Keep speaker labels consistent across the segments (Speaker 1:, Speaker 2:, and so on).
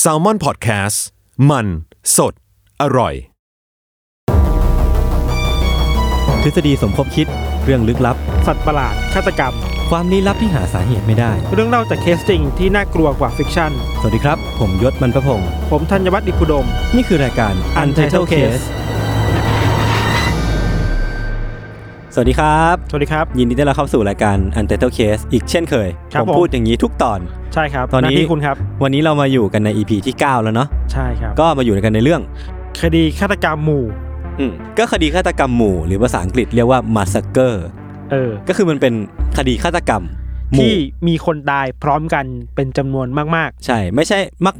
Speaker 1: แซลมอนพอดแคสต์มันสดอร่อย
Speaker 2: ทฤษฎีสมคบคิด เรื่องลึกลับ
Speaker 3: สัตว์ประหลาด ฆาตกรรม
Speaker 2: ความลี้ลับที่หาสาเหตุไม่ได้
Speaker 3: เรื่องเล่าจากเคสจริงที่น่ากลัวกว่าฟิกชั่น
Speaker 2: สวัสดีครับ ผมยศมันประพงศ์
Speaker 3: ผมธัญวัฒน์อิพุดม
Speaker 2: นี่คือรายการ Untitled Case สวัสดีครับ
Speaker 3: สวัสดีครับ
Speaker 2: ยินดีต้อนรับเข้าสู่รายการ Untitled Case อีกเช่นเคย
Speaker 3: ครับ
Speaker 2: ผม
Speaker 3: ผม
Speaker 2: พูดอย่างนี้ทุกตอน
Speaker 3: ใช่ครับ
Speaker 2: ตอนนี้
Speaker 3: หาที่คุณครับ
Speaker 2: วันนี้เรามาอยู่กันใน EP ที่ 9 แล้วเนาะ
Speaker 3: ใช่ครับ
Speaker 2: ก็มาอยู่กันในเรื่อง
Speaker 3: คดีฆาตกรรมหมู่
Speaker 2: อืมก็คดีฆาตกรรมหมู่ หรือภาษาอังกฤษเรียกว่า massacre
Speaker 3: เออ
Speaker 2: ก็คือมันเป็นคดีฆาตกรรมหมู่
Speaker 3: ที่มีคนตายพร้อมกันเป็นจำนวนมาก
Speaker 2: ใช่ ไม่ใช่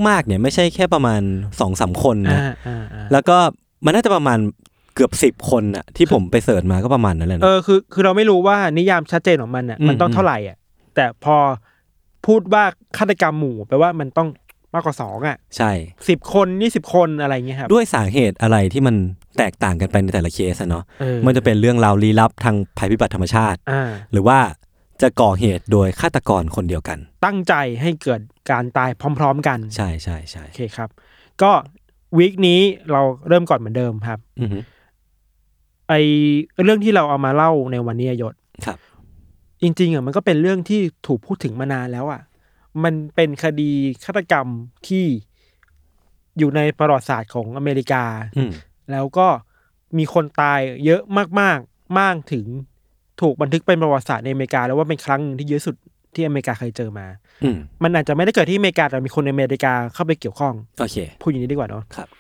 Speaker 2: มาก ๆ เนี่ยไม่ใช่แค่ประมาณ2องสามคน
Speaker 3: ๆ
Speaker 2: นะ
Speaker 3: อ่าอ่าอ่า
Speaker 2: แล้วก็มันน่าจะประมาณเกือบสิบคนอะที่ผมไปเสิร์ชมาก็ประมาณนั้นแหละ
Speaker 3: เอ
Speaker 2: นะ
Speaker 3: อคือคือเราไม่รู้ว่านิยามชัดเจนของมันอ่ะ
Speaker 2: อืม
Speaker 3: มันต้องเท่าไหร่อ่ะแต่พอพูดว่าฆาตกรรมหมู่แปลว่ามันต้องมากกว่าสองอ่ะ
Speaker 2: ใช่
Speaker 3: สิบคนยี่สิบคนอะไรเงี้ยครับ
Speaker 2: ด้วยสาเหตุอะไรที่มันแตกต่างกันไปในแต่ละเคสอะเนาะ
Speaker 3: เออ
Speaker 2: มันจะเป็นเรื่องราวลี้ลับทางภัยพิบัติธรรมชาติ
Speaker 3: อ่า
Speaker 2: หรือว่าจะก่อเหตุโดยฆาตกรคนเดียวกัน
Speaker 3: ตั้งใจให้เกิดการตายพร้อม ๆ กัน
Speaker 2: ใช่ใช่ใช่
Speaker 3: โอเคครับ ก็วีคนี้เราเริ่มก่อนเหมือนเดิมครับ
Speaker 2: อือฮึ
Speaker 3: ไอเรื่องที่เราเอามาเล่าในวันนี้ยศ
Speaker 2: ครับ
Speaker 3: จริงๆอ่ะมันก็เป็นเรื่องที่ถูกพูดถึงมานานแล้วอ่ะ มันเป็นคดีฆาตกรรมที่อยู่ในประวัติศาสตร์ของอเมริกา
Speaker 2: อืม
Speaker 3: แล้วก็มีคนตายเยอะมากๆมากถึงถูกบันทึกเป็นประวัติศาสตร์ในอเมริกา แล้วว่าเป็นครั้งหนึ่งที่เยอะสุดที่อเมริกาเคยเจอมา
Speaker 2: อืม
Speaker 3: มันอาจจะไม่ได้เกิดที่อเมริกาแต่มีคนในอเมริกาเข้าไปเกี่ยวข้อง
Speaker 2: โอเค
Speaker 3: พูดอย่างนี้ดีกว่าเนาะ
Speaker 2: ครับ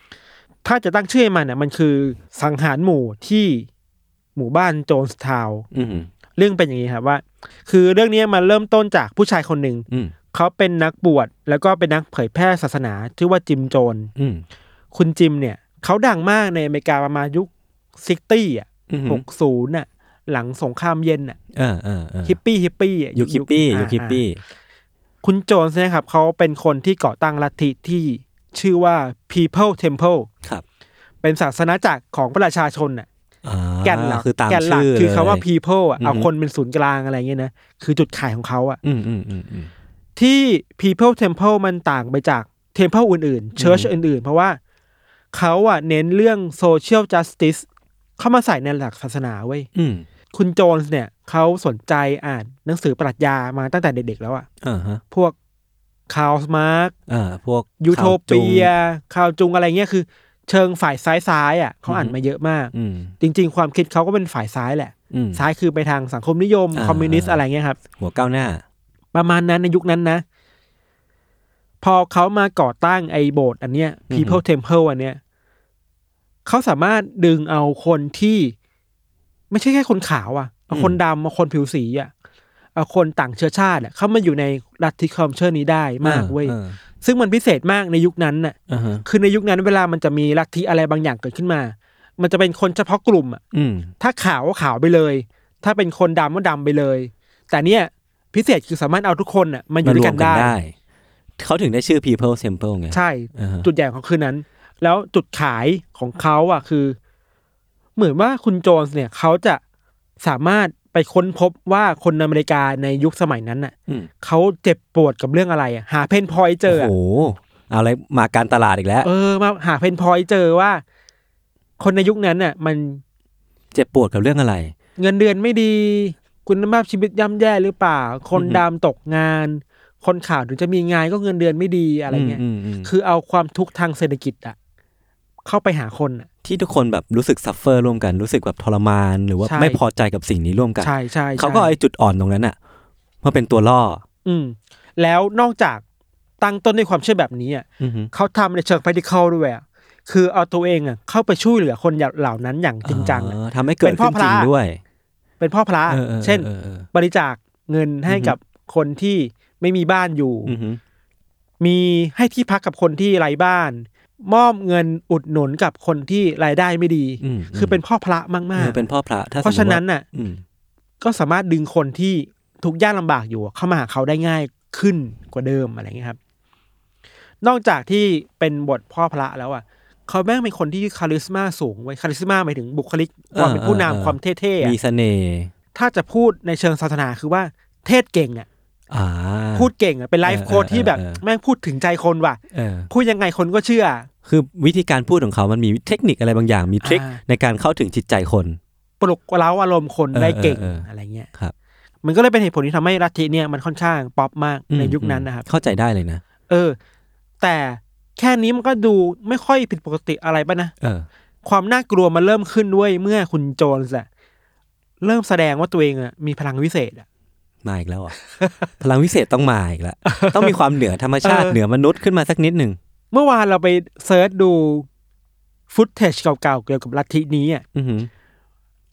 Speaker 3: ถ้าจะตั้งชื่อให้มันเนี่ยมันคือสังหารหมู่ที่หมู่บ้านโจนส์ทาวน์
Speaker 2: อืม
Speaker 3: เรื่องเป็นอย่างนี้ครับว่า คือเรื่องนี้มันเริ่มต้นจากผู้ชายคนหนึ่ง
Speaker 2: อืม
Speaker 3: เขาเป็นนักบวชแล้วก็เป็นนักเผยแพร่ศาสนา ชื่อว่าจิมโจน
Speaker 2: อืม
Speaker 3: คุณจิมเนี่ย เขาดังมากในอเมริกาประมาณยุคซิตี้อ่ะ
Speaker 2: อืม
Speaker 3: หกศูนย์อ่ะ หลังสงครามเย็นอ่ะ
Speaker 2: เออเออเออ
Speaker 3: ฮิปปี้ฮิปปี้อะ
Speaker 2: ยูคิปปี้ยูคิปปี้
Speaker 3: อ่าคุณโจนส์เนะครับเขาเป็นคนที่ก่อตั้งลัทธิที่ชื่อว่า People Temple
Speaker 2: ครับ
Speaker 3: เป็นศาสนาจักรของประชาชนน่ะ
Speaker 2: อ่า
Speaker 3: แก่นหลัก
Speaker 2: คือตาม
Speaker 3: แก่นหลัก
Speaker 2: ชื่อ
Speaker 3: คือ
Speaker 2: เลย
Speaker 3: คำว่า people อ่ะ
Speaker 2: อืม
Speaker 3: เอาคนเป็นศูนย์กลางอะไรเงี้ยนะคือจุดขายของเขาอ่ะ
Speaker 2: อืมอืมอืมอืม
Speaker 3: ที่ people temple มันต่างไปจาก temple อื่นๆ church อื่นๆ เพราะว่าเขาอ่ะเน้นเรื่อง social justice เข้ามาใส่ในหลักศาสนาเว้ย
Speaker 2: อืม
Speaker 3: คุณโจนส์เนี่ยเขาสนใจอ่านหนังสือปรัชญามาตั้งแต่เด็กๆแล้วอ่ะ
Speaker 2: อ่าฮะ
Speaker 3: พวกคาร์ลมาร์ก
Speaker 2: อ่าพวก
Speaker 3: ยูโทเปีย
Speaker 2: ข่าวจุง
Speaker 3: ข่าวจุงอะไรเงี้ยคือ เชิงฝ่ายซ้ายๆอ่ะเขาอ่าน
Speaker 2: อือฮึ
Speaker 3: มาเยอะมาก
Speaker 2: อืม
Speaker 3: จริง ๆ ความคิดเขาก็เป็นฝ่ายซ้ายแหละ
Speaker 2: อืม
Speaker 3: ซ้ายคือไปทางสังคมนิยม
Speaker 2: อ่า
Speaker 3: คอมมิวนิสต์อะไรเงี้ยครับ
Speaker 2: หัวก้าวหน้า
Speaker 3: ประมาณนั้นในยุคนั้นนะ พอเขามาก่อตั้งไอโบสถ์อันเนี้ย People Temple อันเนี้ยเขาสามารถดึงเอาคนที่ ไม่ใช่แค่คนขาวอ่ะเอาคนดำเอาคนผิวสีอ่ะเอาคนต่างเชื้อชาติอะเข้ามาอยู่ในรัฐที่คอมเชื่อนี้ได้มากเว้ย
Speaker 2: อ่า
Speaker 3: ซึ่งมันพิเศษมากในยุคนั้นน่ะ
Speaker 2: อ่าฮะ
Speaker 3: คือในยุคนั้นเวลามันจะมีลัทธิอะไรบางอย่างเกิดขึ้นมา มันจะเป็นคนเฉพาะกลุ่มอะ
Speaker 2: อืม
Speaker 3: ถ้าขาวก็ขาวไปเลย ถ้าเป็นคนดำก็ดำไปเลย แต่เนี่ยพิเศษคือสามารถเอาทุกคนอะมาอยู่
Speaker 2: มา
Speaker 3: ด้
Speaker 2: ร
Speaker 3: ว
Speaker 2: วย
Speaker 3: กั
Speaker 2: ม
Speaker 3: น
Speaker 2: กัน
Speaker 3: ได้
Speaker 2: ได้ เขาถึงได้ชื่อ people sample ไง
Speaker 3: ใช่
Speaker 2: อ่าฮะ
Speaker 3: จุดใหญ่ของคืนนั้น แล้วจุดขายของเขาอะคือ เหมือนว่าคุณโจนส์เนี่ยเขาจะสามารถไปค้นพบว่าคนอเมริกาในยุคสมัยนั้นน่ะ
Speaker 2: อืม
Speaker 3: เขาเจ็บปวดกับเรื่องอะไรอะหาเพนพอยเจอ
Speaker 2: โอ้
Speaker 3: อะ
Speaker 2: โหเอาอะไรมาการตลาดอีกแล้ว
Speaker 3: เออมาหาเพนพอยต์เจอว่า คนในยุคนั้นน่ะ มัน
Speaker 2: เจ็บปวดกับเรื่องอะไร
Speaker 3: เงินเดือนไม่ดี คุณภาพชีวิตย่ำแย่หรือเปล่า คน
Speaker 2: อือฮึ
Speaker 3: ดำตกงาน คนข่าวถึงจะมีงานก็เงินเดือนไม่ดีอะไรเงี้ย
Speaker 2: มมม
Speaker 3: คือเอาความทุกข์ทางเศรษฐกิจอะเข้าไปหาคนอะ
Speaker 2: ที่ทุกคนแบบรู้สึกซัฟเฟอร์ร่วมกันรู้สึกแบบทรมาน หรือว่า
Speaker 3: ใช่
Speaker 2: ไม่พอใจกับสิ่งนี้ร่วมกัน
Speaker 3: ใช่ใช่ใช่
Speaker 2: เขาก็เอาไอ้จุดอ่อนตรงนั้นอ่ะมาเป็นตัวล่อ
Speaker 3: อืม แล้วนอกจากตั้งต้นด้วยความเชื่อแบบนี้อะ
Speaker 2: อฮึ
Speaker 3: เขาทำในเชิง practical ด้วยอะคือเอาตัวเองอะเข้าไปช่วยเหลือคนเหล่านั้นอย่างจริงจังอะ
Speaker 2: เออทำให้เกิด
Speaker 3: เป็นพ่
Speaker 2: ขึ้
Speaker 3: อน พ
Speaker 2: จ
Speaker 3: ระ
Speaker 2: ริงด้วย
Speaker 3: เป็นพ่อพระ
Speaker 2: ออออ
Speaker 3: เช่น
Speaker 2: ออออบ
Speaker 3: ริจาคเงินให้กับคนที่ไม่มีบ้านอยู่
Speaker 2: อือฮึ
Speaker 3: มีให้ที่พักกับคนที่ไร้บ้าน มอบเงินอุดหนุนกับคนที่รายได้ไม่ดี
Speaker 2: อืม
Speaker 3: คือเป็นพ่อพระ
Speaker 2: เอ
Speaker 3: มาก
Speaker 2: อเป็นพ่อพระถ้า
Speaker 3: ๆ เพราะฉะนั้น
Speaker 2: น่ะ
Speaker 3: น่ะ ก็สามารถดึงคนที่ทุกข์ยากลำบากอยู่ เข้ามาหาเขาได้ง่ายขึ้นกว่าเดิมอะไรเงี้ยครับ นอกจากที่เป็นบทพ่อพระแล้วอ่ะ เขาแม่งเป็นคนที่คาริสมาสูงไว้ยคาริสมาหมายถึงบุคลิกความเป็นผู้นำความเท่ๆอะ
Speaker 2: มีเสน่ห์
Speaker 3: ถ้าจะพูดในเชิงศาสนาคือว่าเทศเก่งอ่ะ
Speaker 2: อ่า
Speaker 3: พูดเก่งอ่ะเป็นไลฟ์โค้ดที่แบบ
Speaker 2: เออเออเออ
Speaker 3: แม่งพูดถึงใจคนว่ะ
Speaker 2: เออ
Speaker 3: พูดยังไงคนก็เชื่อ
Speaker 2: คือวิธีการพูดของเขามันมีเทคนิคอะไรบางอย่าง มีทริค
Speaker 3: อ่า
Speaker 2: ในการเข้าถึงจิตใจคน
Speaker 3: ปลุกเร้าอารมณ์คนได้เก่ง
Speaker 2: เออเออเอออ
Speaker 3: อะไรเงี้ย
Speaker 2: ครับ
Speaker 3: มันก็เลยเป็นเหตุผลที่ทำให้ลัทธิเนี่ยมันค่อนข้างป๊อปมาก
Speaker 2: อืม
Speaker 3: ในยุคนั้นนะครับ
Speaker 2: เข้าใจได้เลยนะ
Speaker 3: เออ แต่แค่นี้มันก็ดูไม่ค่อยผิดปกติอะไรป่ะนะ
Speaker 2: เออ
Speaker 3: ความน่ากลัวมันเริ่มขึ้นด้วยเมื่อคุณโจนส์อะเริ่มแสดงว่าตัวเองอะมีพลังวิเศษอะ
Speaker 2: มาอีกแล้วเหรอ่ะ พลังวิเศษต้องมาอีก แล้ว ต้องมีความเหนือธรรมชาติ
Speaker 3: เออ
Speaker 2: เหนือมนุษย์ขึ้นมาสักนิดหนึ่ง
Speaker 3: เมื่อวานเราไปเซิร์ชดูฟุตเทจเก่าๆ เกี่ยวกับลัทธินี้อะ
Speaker 2: อือหือ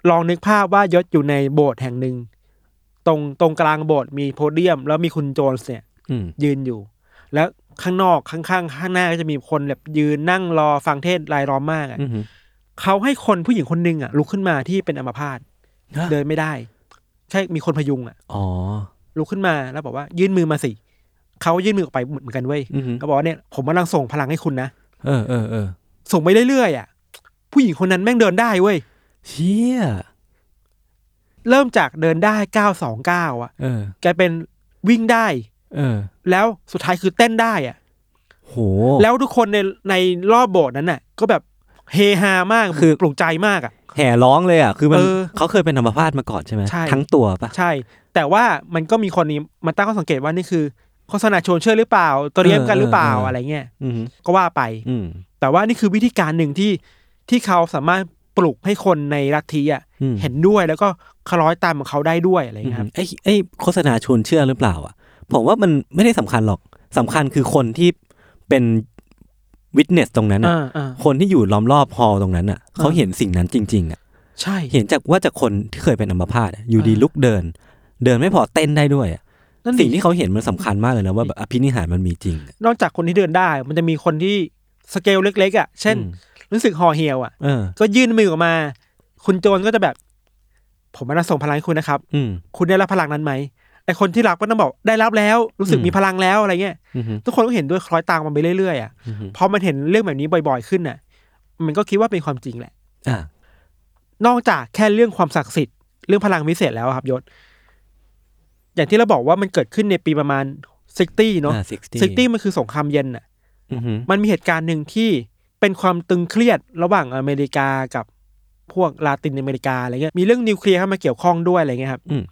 Speaker 3: ลองนึกภาพว่ายศอยู่ในโบสถ์แห่งหนึ่ง ตรงตรงกลางโบสถ์มีโพเดียม แล้วมีคุณโจนส์เนี่ย
Speaker 2: อืม
Speaker 3: ยืนอยู่ แล้วข้างนอกข้างๆข้างหน้าก็จะมีคนแบบยืนนั่งรอฟังเทศน์รายล้อมมากอะ
Speaker 2: อือหือ
Speaker 3: เขาให้คนผู้หญิงคนหนึ่งอ่ะลุกขึ้นมาที่เป็นอัมพาต
Speaker 2: ฮะ
Speaker 3: เดินไม่ได้ ใช่มีคนพยุงอ่ะ
Speaker 2: อ๋อ
Speaker 3: ลุกขึ้นมาแล้วบอกว่ายื่นมือมาสิเขายื่นมือออกไปเหมือนกันเว้ย
Speaker 2: อือหือ
Speaker 3: เขาบอกว่าเนี่ยผมกำลังส่งพลังให้คุณนะ
Speaker 2: เออเออเออ
Speaker 3: ส่งไปเรื่อยๆอ่ะ ผู้หญิงคนนั้นแม่งเดินได้เว้ย
Speaker 2: เชี่ย
Speaker 3: เริ่มจากเดินได้เก้าสองเก้าอ่ะ
Speaker 2: เออ
Speaker 3: แกเป็นวิ่งได้
Speaker 2: เออ
Speaker 3: แล้วสุดท้ายคือเต้นได้อะ
Speaker 2: โห
Speaker 3: แล้วทุกคนในในรอบโบสถ์นั้นน่ะ ก็แบบเฮฮามาก
Speaker 2: คือ
Speaker 3: ปลุกใจมากอ่ะ
Speaker 2: แห่ร้องเลยอ่ะ คือมัน
Speaker 3: เออ
Speaker 2: เขาเคยเป็นอัมพาตมาก่อนใช่ไหม
Speaker 3: ใช่
Speaker 2: ทั้งตัวปะ
Speaker 3: ใช่ แต่ว่ามันก็มีคนนี้มาตั้งข้อสังเกตว่านี่คือโฆษณาชวนเชื่อหรือเปล่าเตรียมกันหรือเปล่าอะไรเงี้ย
Speaker 2: อือหือ
Speaker 3: ก็ว่าไป
Speaker 2: อืม
Speaker 3: แต่ว่านี่คือวิธีการหนึ่งที่ที่เขาสามารถปลุกให้คนในลัทธิอ่ะ
Speaker 2: อืม
Speaker 3: เห็นด้วยแล้วก็คล้อยตามของเขาได้ด้วยอะไร
Speaker 2: อือ
Speaker 3: เงี้ยค
Speaker 2: หือ
Speaker 3: รั
Speaker 2: บ ไอ้ไอ้โฆษณาชวนเชื่อหรือเปล่าอ่ะ ผมว่ามันไม่ได้สำคัญหรอกสำคัญคือคนที่เป็นวิทเนสตรงนั้นอ่ะ
Speaker 3: อ่าอ่า
Speaker 2: คนที่อยู่ล้อมรอบฮอลล์ตรงนั้นอ่ะเขาเห็นสิ่งนั้นจริง ๆอ่ะ
Speaker 3: ใช่
Speaker 2: เห็นจากว่าจากคนที่เคยเป็นอัมพาตอะอยู่ดีลุกเดิน เดินไม่พอเต้นได้ด้วยอะ
Speaker 3: นั่นดิ
Speaker 2: สิ่งที่เขาเห็นมันสำคัญมากเลยนะว่าแบบอภินิหารมันมีจริงอะ
Speaker 3: นอกจากคนที่เดินได้ มันจะมีคนที่สเกลเล็ก ๆ อ่ะ เช่น
Speaker 2: อืม
Speaker 3: รู้สึกห่อเหี่ยวอ่ะ
Speaker 2: เออ
Speaker 3: ก็ยื่นมือออกมา คุณโจรก็จะแบบ ผมมาส่งพลังให้คุณนะครับ
Speaker 2: อืม
Speaker 3: คุณได้รับพลังนั้นไหมไอคนที่รับก็ต้องบอกได้รับแล้ว รู้สึก
Speaker 2: อืม
Speaker 3: มีพลังแล้วอะไรเงี้ย
Speaker 2: อือฮึ
Speaker 3: ทุกคนก็เห็นด้วยคล้อยตามมันไปเรื่อยๆอ่ะ
Speaker 2: อือฮึ
Speaker 3: พอมันเห็นเรื่องแบบนี้บ่อยๆขึ้นอ่ะ มันก็คิดว่าเป็นความจริงแหละ
Speaker 2: อ่ะ
Speaker 3: นอกจากแค่เรื่องความศักดิ์สิทธิ์ เรื่องพลังวิเศษแล้วอะครับยศ อย่างที่เราบอกว่ามันเกิดขึ้นในปีประมาณซิตี้เนาะ
Speaker 2: อ่ะซิกตี้
Speaker 3: ซิตี้มันคือสงครามเย็นอ่ะ
Speaker 2: อือฮึ
Speaker 3: มันมีเหตุการณ์หนึ่งที่เป็นความตึงเครียดระหว่างอเมริกากับพวกลาตินอเมริกาอะไรเงี้ยมีเรื่องนิวเคลียร์เข้ามาเกี่ยวข้องด้วยอะไรเงี้ยครับ
Speaker 2: อืม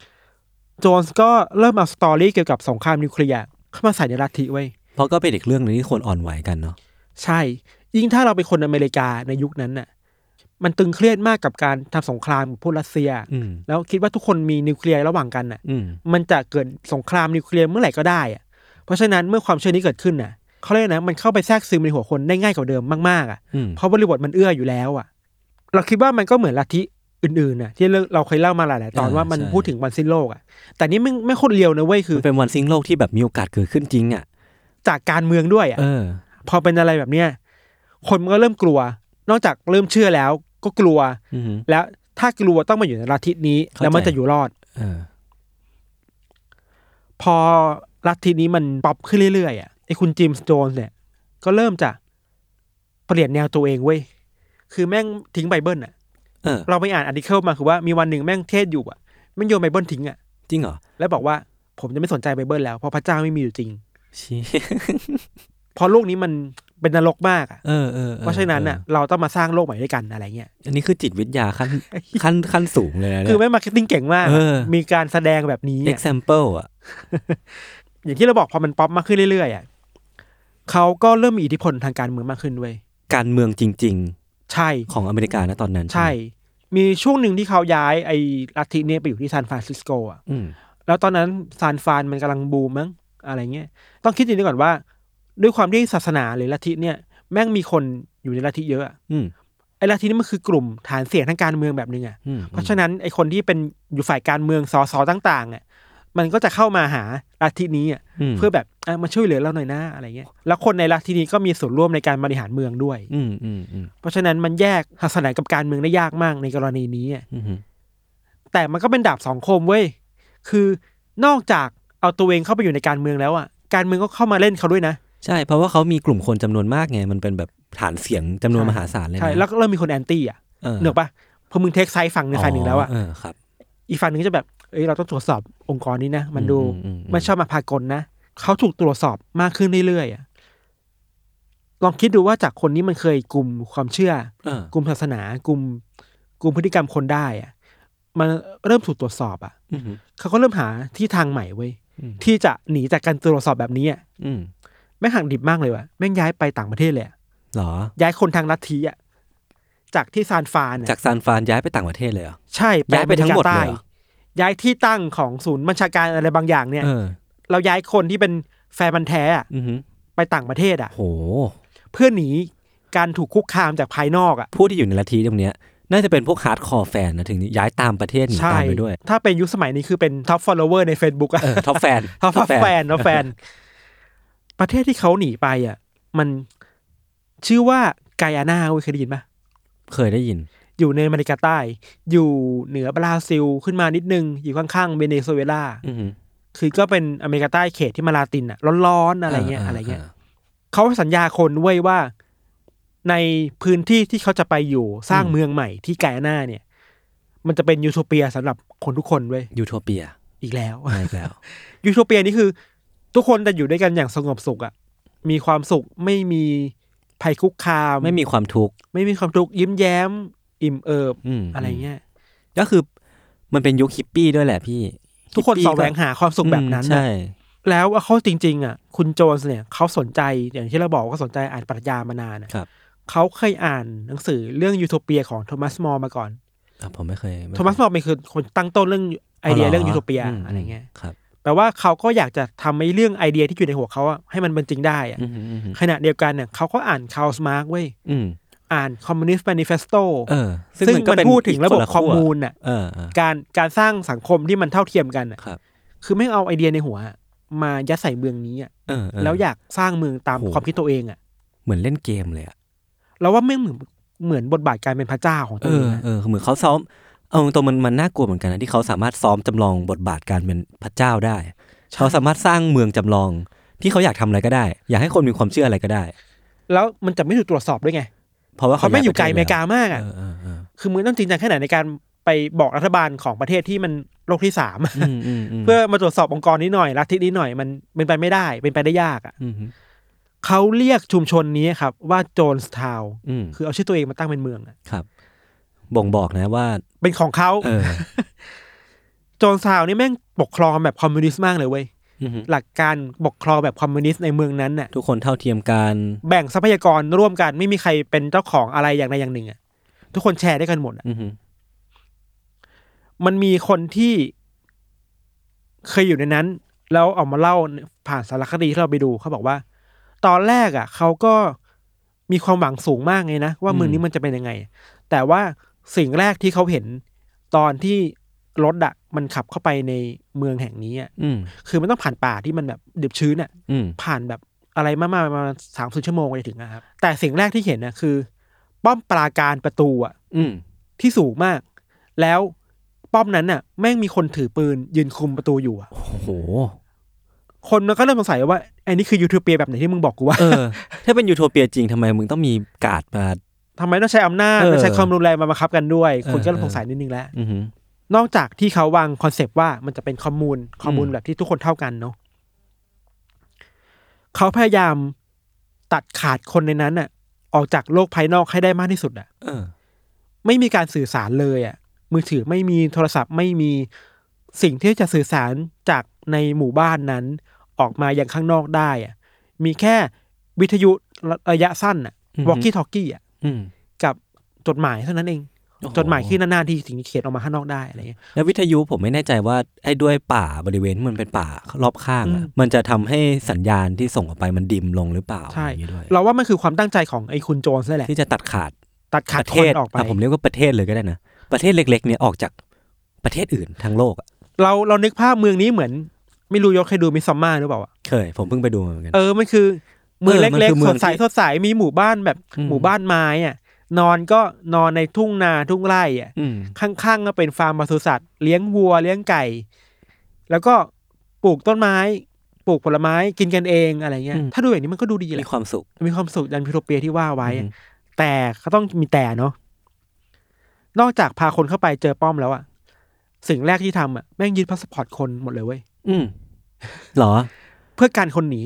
Speaker 3: โจนส์ก็เริ่มเอาสตอรี่เกี่ยวกับสงครามนิวเคลียร์เข้ามาใส่ในลัทธิไว้ย
Speaker 2: เพราะก็เป็นอีกเรื่องหนึงที่คนอ่อนไหวกันเนาะ
Speaker 3: ใช่ ยิ่งถ้าเราเป็นคนอเมริกาในยุคนั้นน่ะ มันตึงเครียดมากกับการทำสงครามกับพวกรัสเซีย
Speaker 2: อืม
Speaker 3: แล้วคิดว่าทุกคนมีนิวเคลียร์ระหว่างกันน่ะ
Speaker 2: อืม
Speaker 3: มันจะเกิดสงครามนิวเคลียร์เมื่อไหร่ก็ได้อะเพราะฉะนั้นเมื่อความเชื่อนี้เกิดขึ้นน่ะเขาเรียกนะมันเข้าไปแทรกซึมในหัวคนได้ง่ายกว่าเดิมมากๆอ่ะ
Speaker 2: อืม
Speaker 3: เพราะบริบทมันเอื้ออยู่แล้วอ่ะ เราคิดว่ามันก็เหมือนลัทธิอื่นๆน่ะที่เรื่องเราเคยเล่ามาหลายๆตอนว่ามันพูดถึงวันสิ้นโลกอ่ะ แต่นี่ไม่ไม่โคตรเรียวนะเว้ยคือ
Speaker 2: มันเป็นวันซิงโลกที่แบบมีโอกาสเกิดขึ้นจริงอ่ะ
Speaker 3: จากการเมืองด้วยอ่ะ
Speaker 2: เออ
Speaker 3: พอเป็นอะไรแบบเนี้ยคนมันก็เริ่มกลัว นอกจากเริ่มเชื่อแล้วก็กลัว
Speaker 2: อือฮึ
Speaker 3: แล้วถ้ากลัวต้องมาอยู่ในลัทธินี้
Speaker 2: เข้าใจ
Speaker 3: แล้วมันจะอยู่รอด
Speaker 2: เออ
Speaker 3: พอลัทธินี้มันป๊อปขึ้นเรื่อยๆอ่ะไอ้คุณจิมส์โจนส์เนี่ย ก็เริ่มจะเปลี่ยนแนวตัวเองเว้ยคือแม่งทิ้งไบเบิลอ่ะ
Speaker 2: เออ
Speaker 3: เราไปอ่านอาร์ติเคิลมาคือว่ามีวันหนึ่งแม่งเทศอยู่อ่ะแม่งโยนไบเบิลทิ้งอ่ะ
Speaker 2: จริงเหรอ
Speaker 3: แล้วบอกว่าผมจะไม่สนใจไบเบิลแล้วเพราะพระเจ้าไม่มีอยู่จริง
Speaker 2: ชี้
Speaker 3: เพราะโลกนี้มันเป็นนรกมากอ่ะ
Speaker 2: เออเออออ
Speaker 3: เพราะฉะนั้นน่ะเราต้องมาสร้างโลกใหม่ด้วยกันอะไรเงี้ย
Speaker 2: อันนี้คือจิตวิทยา ขั้นขั้นขั้นสูงเลยนะเนี่ย
Speaker 3: คือแม่งมาร์เก็ตติ้งเก่งมากอะ
Speaker 2: เออ
Speaker 3: มีการแสดงแบบนี้อะ
Speaker 2: example อ่ะ
Speaker 3: อย่างที่เราบอกพอมันป๊อปมากขึ้นเรื่อยๆอ่ะเขาก็เริ่มมีอิทธิพลทางการเมืองมากขึ้นเว้ย
Speaker 2: การเมืองจริง
Speaker 3: ใช่
Speaker 2: ๆ ของอเมริกานะตอนนั้น
Speaker 3: ใช่ มีช่วงหนึ่งที่เขาย้ายไอ้ลัทธิเนี่ยไปอยู่ที่ซานฟรานซิสโกอ่ะ
Speaker 2: อืม
Speaker 3: แล้วตอนนั้นซานฟรานมันกำลังบูมมั้งอะไรเงี้ย ต้องคิดอย่างนี้ก่อนว่า ด้วยความที่ศาสนาหรือลัทธิเนี่ย แม่งมีคนอยู่ในลัทธิเยอะอะ
Speaker 2: อืม
Speaker 3: ไอ้ลัทธินี่มันคือกลุ่มฐานเสียงทางการเมืองแบบนึงอะ
Speaker 2: อืม
Speaker 3: เพราะฉะนั้นไอ้คนที่เป็นอยู่ฝ่ายการเมืองสอสอต่างๆอะมันก็จะเข้ามาหาลัทธินี้อะ
Speaker 2: ม
Speaker 3: เพื่อแบบอ่ะมาช่วยเหลือเราหน่อยนะอะไรเงี้ย แล้วคนในลัทธินี้ก็มีส่วนร่วมในการบริหารเมืองด้วย
Speaker 2: อืมอืมอืม
Speaker 3: เพราะฉะนั้นมันแยกศาสนากับการเมืองได้ยากมากในกรณีนี้อะ
Speaker 2: อืม
Speaker 3: แต่มันก็เป็นดาบสองคมเว้ย คือนอกจากเอาตัวเองเข้าไปอยู่ในการเมืองแล้วอ่ะ การเมืองก็เข้ามาเล่นเขาด้วยนะ
Speaker 2: ใช่ เพราะว่าเขามีกลุ่มคนจำนวนมากไง มันเป็นแบบฐานเสียงจำนวน
Speaker 3: ใช่
Speaker 2: มหาศาลเลยนะ
Speaker 3: ใช่ แล้วก็เริ่มมีคนแอนตี้อ่ะ
Speaker 2: เออ
Speaker 3: เหนือปะพอมึงเทคไซด์ฝั่งหนึ่งฝ่ายหนึ่งแล้วอ่ะ
Speaker 2: เอครับ
Speaker 3: อีกฝั่งหนึ่งก็จะแบบ เอ้ย เราต้องตรวจสอบองค์กรนี้นะ มันดู
Speaker 2: อืมอืมอืม
Speaker 3: ไม่ชอบมาพากลนะ เขาถูกตรวจสอบมากขึ้นเรื่อยๆอ่ะ ลองคิดดูว่าจากคนนี้มันเคยกลุ่มความเชื่อ
Speaker 2: เออก
Speaker 3: ลุ่มศาสนา กลุ่มกลุ่มพฤติกรรมคนได้อ่ะ มันเริ่มถูกตรวจสอบอ่ะ
Speaker 2: อืม
Speaker 3: เขาก็เริ่มหาที่ทางใหม่เว้ย
Speaker 2: อืม
Speaker 3: ที่จะหนีจากการตรวจสอบแบบนี้อะ
Speaker 2: อืม
Speaker 3: แม่งหักดิบมากเลยว่ะแม่งย้ายไปต่างประเทศเลยอะ
Speaker 2: เหรอ
Speaker 3: ย้ายคนทางลัทธิอ่ะจากที่ซานฟรานอะ
Speaker 2: จากซานฟรานย้ายไปต่างประเทศเลยเหรอ
Speaker 3: ใช่
Speaker 2: ย้ายไปทั้งหมดเลยเหรอ
Speaker 3: อมริกาใต้ย้ายที่ตั้งของศูนย์บัญชาการอะไรบางอย่างเนี่ย
Speaker 2: เออ
Speaker 3: เราย้ายคนที่เป็นแฟนบันธุ์แท้อะ
Speaker 2: อืม
Speaker 3: ไปต่างประเทศอ่ะ
Speaker 2: โห
Speaker 3: เพื่อหนีการถูกคุกคามจากภายนอกอ่ะ
Speaker 2: ผู้ที่อยู่ในลัทธิตรงเนี้ย น่าจะเป็นพวกฮาร์ดคอร์แฟนนะถึงย้ายตามประเทศหนี
Speaker 3: ใช่
Speaker 2: ตามไปด้วย
Speaker 3: ถ้าเป็นยุคสมัยนี้คือเป็นท็อปฟอลโลเวอร์ใน Facebook อ่ะ
Speaker 2: เอ อท็อปแฟน
Speaker 3: ท็อปแฟนท็อปแฟ น ประเทศที่เขาหนีไปอ่ะ มันชื่อว่าไกอาน่าเว้ยเคยได้ยินปะ
Speaker 2: เคยได้ยิน
Speaker 3: อยู่ในอเมริกาใต้ อยู่เหนือบราซิลขึ้นมานิดนึง อยู่ข้างๆเวเนซุเอลา
Speaker 2: อือหือ
Speaker 3: คือก็เป็นอเมริกาใต้เขตที่มาลาตินอ่ะ ร้อนๆ อะไรเงี้ยอะไรเงี้ยเขาสัญญาคนไว้ว่า ในพื้นที่ที่เขาจะไปอยู่สร้างเมืองใหม่ที่ไกอาน่าเนี่ย มันจะเป็นยูโทเปียสำหรับคนทุกคนเว้ย
Speaker 2: ยูโทเปีย
Speaker 3: อีกแล้ว
Speaker 2: มาอีกแล้ว
Speaker 3: ยูโทเปียนี่คือ ทุกคนจะอยู่ด้วยกันอย่างสงบสุขอะมีความสุขไม่มีภัยคุกคาม
Speaker 2: ไม่มีความทุกข์
Speaker 3: ไม่มีความทุกข์ยิ้มแย้ม อิ่มเอิบ
Speaker 2: อืม
Speaker 3: อะไรเงี้ย
Speaker 2: ก็คือมันเป็นยุคฮิปปี้ด้วยแหละพี่
Speaker 3: ทุกคน
Speaker 2: ฮิปปี้
Speaker 3: แสวงหาความสุขแบบนั้น
Speaker 2: อืม
Speaker 3: นะ
Speaker 2: ใช่
Speaker 3: แล้วเอาเขาจริง ๆอะคุณโจนส์เนี่ยเขาสนใจอย่างที่เราบอกก็สนใจอ่านปรัชญามานานอะ
Speaker 2: ครับ
Speaker 3: เขาเคยอ่านหนังสือเรื่องยูโทเปียของโทมัสมอร์มาก่อน
Speaker 2: อ่ะผมไม่เคย
Speaker 3: โทมัสมอร์เป็นคือคนตั้งต้นเรื่องไอเดียเรื่องยูโทเปีย
Speaker 2: ม
Speaker 3: อะไรเงี้ย
Speaker 2: ครับ
Speaker 3: แปลว่าเขาก็อยากจะทำไอ้เรื่องไอเดียที่อยู่ในหัวเขาอะให้มันเป็นจริงได้อะ
Speaker 2: อืมอืมอืม
Speaker 3: ขณะเดียวกันเนี่ยเขาก็อ่านคาร์ลมาร์กเว้ย
Speaker 2: อืม
Speaker 3: อ่านคอมมิวนิสต์แมนิเฟสโต
Speaker 2: เออ
Speaker 3: ซึ่งมัน
Speaker 2: เป็
Speaker 3: พูดถึงระบบ
Speaker 2: กนล
Speaker 3: คอมมู
Speaker 2: วน
Speaker 3: น่ะ
Speaker 2: เออเออ
Speaker 3: การการสร้างสังคมที่มันเท่าเทียมกันน่ะ
Speaker 2: ครับ
Speaker 3: คือไม่งเอาไอเดียในหัว มายัดใส่เมืองนี้อ่ะ
Speaker 2: เออเออ
Speaker 3: แล้วอยากสร้างเมืองตาม
Speaker 2: โห
Speaker 3: ความคิดตัวเองอ่ะ
Speaker 2: เหมือนเล่นเกมเลยอะ
Speaker 3: เราว่าไม่งเหมือนเหมือนบทบาทการเป็นพระเจ้าของตั
Speaker 2: เอ
Speaker 3: วเอ
Speaker 2: อง
Speaker 3: อะ
Speaker 2: เออเหมือนเขาซ้อม เอาตรงๆมันมันน่ากลัวเหมือนกันนะที่เขาสามารถซ้อมจำลองบทบาทการเป็นพระเจ้าได้เขาสามารถสร้างเมืองจำลอง ที่เขาอยากทำอะไรก็ได้ อยากให้คนมีความเชื่ออะไรก็ได้
Speaker 3: แล้วมันจะไม่ถูกตรวจสอบด้วยไง
Speaker 2: เพราะว่า
Speaker 3: เขาไม่งอยู่ไกลอเมริกามา
Speaker 2: เอ
Speaker 3: กอ่ะ
Speaker 2: อเออเออ
Speaker 3: คือมึงต้องจริงจังแค่ไหนในการไปบอกรัฐบาลของประเทศที่มันโลกที่สามอะ
Speaker 2: อืมอืมม
Speaker 3: เพื่อมาตรวจสอบองค์กรนี้หน่อยลัทธินี้หน่อยมันเป็นไปไม่ได้เป็นไปได้ยากอ่ะ
Speaker 2: มอืม
Speaker 3: เขาเรียกชุมชนนี้ครับว่าโจนส์ทาวน์
Speaker 2: อืม
Speaker 3: คือเอาชื่อตัวเองมาตั้งเป็นเมืองอะ
Speaker 2: ครับบ่งบอกนะว่า
Speaker 3: เป็นของเขา
Speaker 2: เออ
Speaker 3: โจนส์ทาวน์นี่แม่งปกครองแบบคอมมิวนิสต์มากเลยเว้ย
Speaker 2: อือหือ
Speaker 3: หลักการปกครองแบบคอมมิวนิสต์ในเมืองนั้นน่ะ
Speaker 2: ทุกคนเท่าเทียมกัน
Speaker 3: แบ่งทรัพยากรร่วมกันไม่มีใครเป็นเจ้าของอะไรอย่างใดอย่างหนึ่งอะทุกคนแชร์ได้วยกันหมดอะ
Speaker 2: อือหือ
Speaker 3: มันมีคนที่ เคยอยู่ในนั้น แล้วเออกมาเล่าผ่านสารคดีที่เราไปดูเขาบอกว่า ตอนแรกอ่ะเขาก็มีความหวังสูงมากไงนะว่าเมืองนี้มันจะเป็นยังไง แต่ว่าสิ่งแรกที่เขาเห็นตอนที่รถอะมันขับเข้าไปในเมืองแห่งนี้อะ
Speaker 2: อืม
Speaker 3: คือมันต้องผ่านป่าที่มันแบบดิบชื้นอ่ะ
Speaker 2: อืม
Speaker 3: ผ่านแบบอะไรมากๆประมาณสามสิบชั่วโมงไปถึงนะครับแต่สิ่งแรกที่เห็นนะคือ ป้อมปราการประตูอ่ะ
Speaker 2: อืม
Speaker 3: ที่สูงมาก แล้วป้อมนั้นน่ะ แม่งมีคนถือปืนยืนคุมประตูอยู่อะ
Speaker 2: โอ้โห
Speaker 3: คนมันก็เริ่มสงสัยว่าไอ้นี่คือยูทูเปียแบบไหนที่มึงบอกกูว่า
Speaker 2: เออ ถ้าเป็นยูโทเปียจริงทำไมมึงต้องมีการ์ดมา
Speaker 3: ทำไมต้องใช้อำนาจ
Speaker 2: เออ
Speaker 3: ต้องใช้ความรุนแรงมาบังคับกันด้วย คนก็
Speaker 2: เอ
Speaker 3: เริ่ม
Speaker 2: อ
Speaker 3: สงสัยนิดนึงแล้ว
Speaker 2: อือหือน
Speaker 3: อกจากที่เขาวางคอนเซปต์ว่ามันจะเป็นคอมมูนคอมมูนแบบที่ทุกคนเท่ากันเนาะเขาพยายามตัดขาดคนในนั้นน่ะ ออกจากโลกภายนอกให้ได้มากที่สุดอ่ะ
Speaker 2: เออ
Speaker 3: ไม่มีการสื่อสารเลยอ่ะ มือถือไม่มีโทรศัพท์ไม่มีสิ่งที่จะสื่อสารจากในหมู่บ้านนั้น ออกมายังข้างนอกได้อะมีแค่วิทยุระยะสั้นอะ
Speaker 2: อือฮึ
Speaker 3: วอกกี้ทอกกี้อะ
Speaker 2: อืม
Speaker 3: กับจดหมายเท่านั้นเอง
Speaker 2: โอ้โห
Speaker 3: จดหมายที่นานๆที่ถึงเขียนออกมาข้างนอกได้อะไรเงี้ย
Speaker 2: แล้ววิทยุผมไม่แน่ใจว่าไอ้ด้วยป่าบริเวณที่มันเป็นป่ารอบข้างอะ
Speaker 3: อืม
Speaker 2: มันจะทำให้สัญญาณที่ส่งออกไปมันดิมลงหรือเปล่า
Speaker 3: ใช่
Speaker 2: อย่างนี้ด้วย
Speaker 3: เราว่ามันคือความตั้งใจของไอ้คุณโจนส์นั่นแหละ
Speaker 2: ที่จะตัดขาด
Speaker 3: ตัดขา
Speaker 2: ป
Speaker 3: ด
Speaker 2: ระ
Speaker 3: ค
Speaker 2: เท
Speaker 3: น
Speaker 2: ศ
Speaker 3: ออกไป
Speaker 2: ะผมเรียกว่าประเทศเลยก็ได้นะ ประเทศเล็กๆเนี่ยออกจากประเทศอื่นทั้งโลกอะ
Speaker 3: เราเรานึกภาพเมืองนี้เหมือน ไม่รู้ยศเคยดูมิซอมมาหรือเปล่าอะ
Speaker 2: เคย ผมเพิ่งไปดูมาเหมือนกัน
Speaker 3: เออมันคือเมือง
Speaker 2: เออมัน
Speaker 3: เล็ก
Speaker 2: คือเมื
Speaker 3: ๆส
Speaker 2: อง
Speaker 3: ดใส
Speaker 2: ที่
Speaker 3: สดใสมีหมู่บ้านแบบ
Speaker 2: อืม
Speaker 3: หมู่บ้านไม้อ่ะนอนก็นอนในทุ่งนาทุ่งไร่อ่ะ
Speaker 2: อืม
Speaker 3: ข้างๆก็เป็นฟาร์มปศุสัตว์เลี้ยงวัวเลี้ยงไก่ แล้วก็ปลูกต้นไม้ ปลูกผลไม้กินกันเองอะไรเงี้ย
Speaker 2: อืม
Speaker 3: ถ้าดูอย่างนี้มันก็ดูดีแห
Speaker 2: มี
Speaker 3: ละ
Speaker 2: ความสุข
Speaker 3: มีความสุขดันพิโทเปียที่ว่าไว้อะ
Speaker 2: อืม
Speaker 3: แต่ก็ต้องมีแต่เนาะนอกจากพาคนเข้าไปเจอป้อมแล้วอะสิ่งแรกที่ทำอะแม่งยึดพาสปอร์ตคนหมดเลยเว้ย
Speaker 2: อืมเหรอ
Speaker 3: เพื่อการคนหนี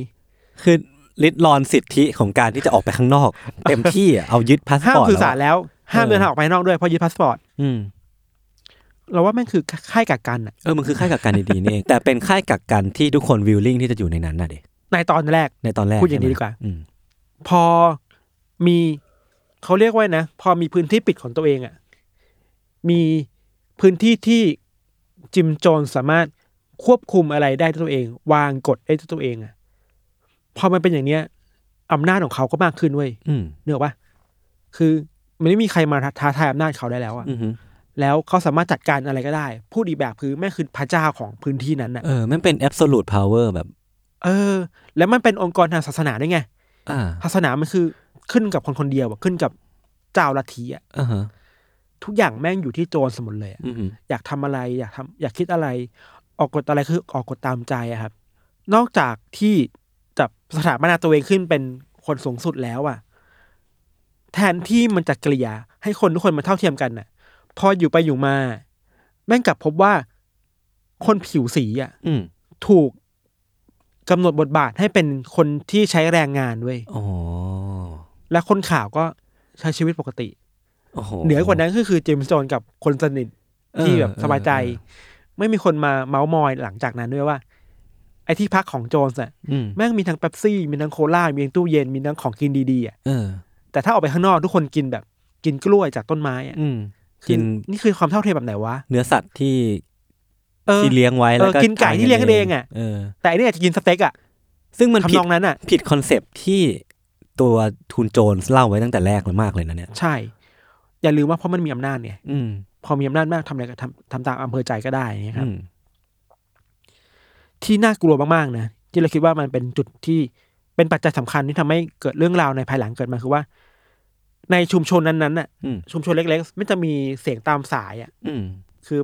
Speaker 2: คือลิดรอนสิทธิของการที่จะออกไปข้างนอก เต็มที่อะเอายึดพาส
Speaker 3: ห้า
Speaker 2: ป
Speaker 3: ม
Speaker 2: อร์ต
Speaker 3: สื่อ
Speaker 2: แล้ว
Speaker 3: สาร
Speaker 2: อะ
Speaker 3: แล้ว ห้าม
Speaker 2: เออ
Speaker 3: เดินทางออกไปนอกด้วยเพราะยึดพาสปอร์ต
Speaker 2: อืม
Speaker 3: เราว่าแม่งคือค่ายกักกันอะ
Speaker 2: เออ มันคือค่ายกักกันดีๆนี่เอง แต่เป็นค่ายกักกันที่ทุกคนวิลลิ่งที่จะอยู่ในนั้นน่ะเด็
Speaker 3: ในตอนแรก
Speaker 2: ในตอนแรก
Speaker 3: พูดอย่างนี้
Speaker 2: ใช่ไหม
Speaker 3: ดีกว่า
Speaker 2: อืม
Speaker 3: พอมีเขาเรียกว่าไงนะ พอมีพื้นที่ปิดของตัวเองอะ่ะ มีพื้นที่ที่จิมโจนสามารถควบคุมอะไรได้ด้วยตัวเอง วางกฎได้ด้วยตัวเองอะ่ะพอมันเป็นอย่างเนี้ยอำนาจของเขาก็มากขึ้นเว้ย
Speaker 2: อืม
Speaker 3: เนื้ออกปะคือมันไม่มีใครมาท้าทายอำนาจเขาได้แล้วอะ่ะ
Speaker 2: อือหือ
Speaker 3: แล้วเขาสามารถจัดการอะไรก็ได้ พูดอีกแบบคือแม่งคือพระเจ้าของพื้นที่นั้นอ่ะ
Speaker 2: เออ มันเป็น absolute power แบบ
Speaker 3: เออ แล้วมันเป็นองค์กรทางศาสนาด้วยไง
Speaker 2: อ่า
Speaker 3: ศาสนามันคือขึ้นกับคนคนเดียวอะขึ้นกับเจ้าลัทธิอ่ะ
Speaker 2: อ่าฮะ
Speaker 3: ทุกอย่างแม่งอยู่ที่โจรสมุนเลยอะ
Speaker 2: อือหือ
Speaker 3: อยากทำอะไรอยากทำอยากคิดอะไร ออกกฎอะไรคือออกกฎตามใจอะครับ นอกจากที่จะสถาปนาตัวเองขึ้นเป็นคนสูงสุดแล้วอะแทนที่มันจะเกลี่ยให้คนทุกคนมาเท่าเทียมกันน่ะ พออยู่ไปอยู่มา แม่งกลับพบว่าคนผิวสีอะ
Speaker 2: อืม
Speaker 3: ถูกกำหนดบทบาทให้เป็นคนที่ใช้แรงงานเว้ย
Speaker 2: อ๋อ
Speaker 3: และคนขาวก็ใช้ชีวิตปกติ
Speaker 2: โอ้โห
Speaker 3: เหนือกว่านั้นก็คือเจมส์โจนกับคนสนิท
Speaker 2: เออ
Speaker 3: ที่แบบสบายใจ
Speaker 2: เออเอ
Speaker 3: ไม่มีคนมาเมาส์มอยหลังจากนั้นด้วยว่า ไอ้ที่พักของโจนส์อะ
Speaker 2: อืม
Speaker 3: แม่งมีทั้งเป๊ปซี่ มีทั้งโคลามีทั้งตู้เย็นมีทั้งของกินดีๆอะ
Speaker 2: เออ
Speaker 3: แต่ถ้าออกไปข้างนอกทุกคนกินแบบ กินกล้วยจากต้นไม้อะ
Speaker 2: อืม
Speaker 3: กิ
Speaker 2: กิ
Speaker 3: น
Speaker 2: น
Speaker 3: นี่คือความเท่าเทียมแบบไหนวะ
Speaker 2: เนื้อสัตว์ที่
Speaker 3: เออ
Speaker 2: ที่เลี้ยงไว้แล้วก็
Speaker 3: เออกินไก่ที่เลี้ยงกันเองอะ
Speaker 2: เออ
Speaker 3: แต่อันนี้อาจจะกินสเต็กอะ
Speaker 2: ซึ่งมันผิ
Speaker 3: ทำ
Speaker 2: ด
Speaker 3: นองนั้นอะ
Speaker 2: ผิดคอนเซปต์ที่ตัวทูนโจนส์เล่าไว้ตั้งแต่แรกเลยมากเลยนะเนี่ย
Speaker 3: ใช่ อย่าลืมว่าเพราะมันมีอำนาจไง
Speaker 2: อืม
Speaker 3: พอมีอำนาจมากทำอะไรก็ทำทำตามอำเภอใจก็ได้อย่างเงี้ยครับ
Speaker 2: อืม
Speaker 3: ที่น่ากลัวมาก ๆ นะ ที่เราคิดว่ามันเป็นจุดที่เป็นปัจจัยสำคัญที่ทำให้เกิดเรื่องราวในภายหลังเกิดมาคือว่า ในชุมชนนั้นๆน่ะ
Speaker 2: อืม
Speaker 3: ชุมชนเล็ก ๆ ไม่จะมีเสียงตามสายอ่ะ
Speaker 2: อืม
Speaker 3: คือ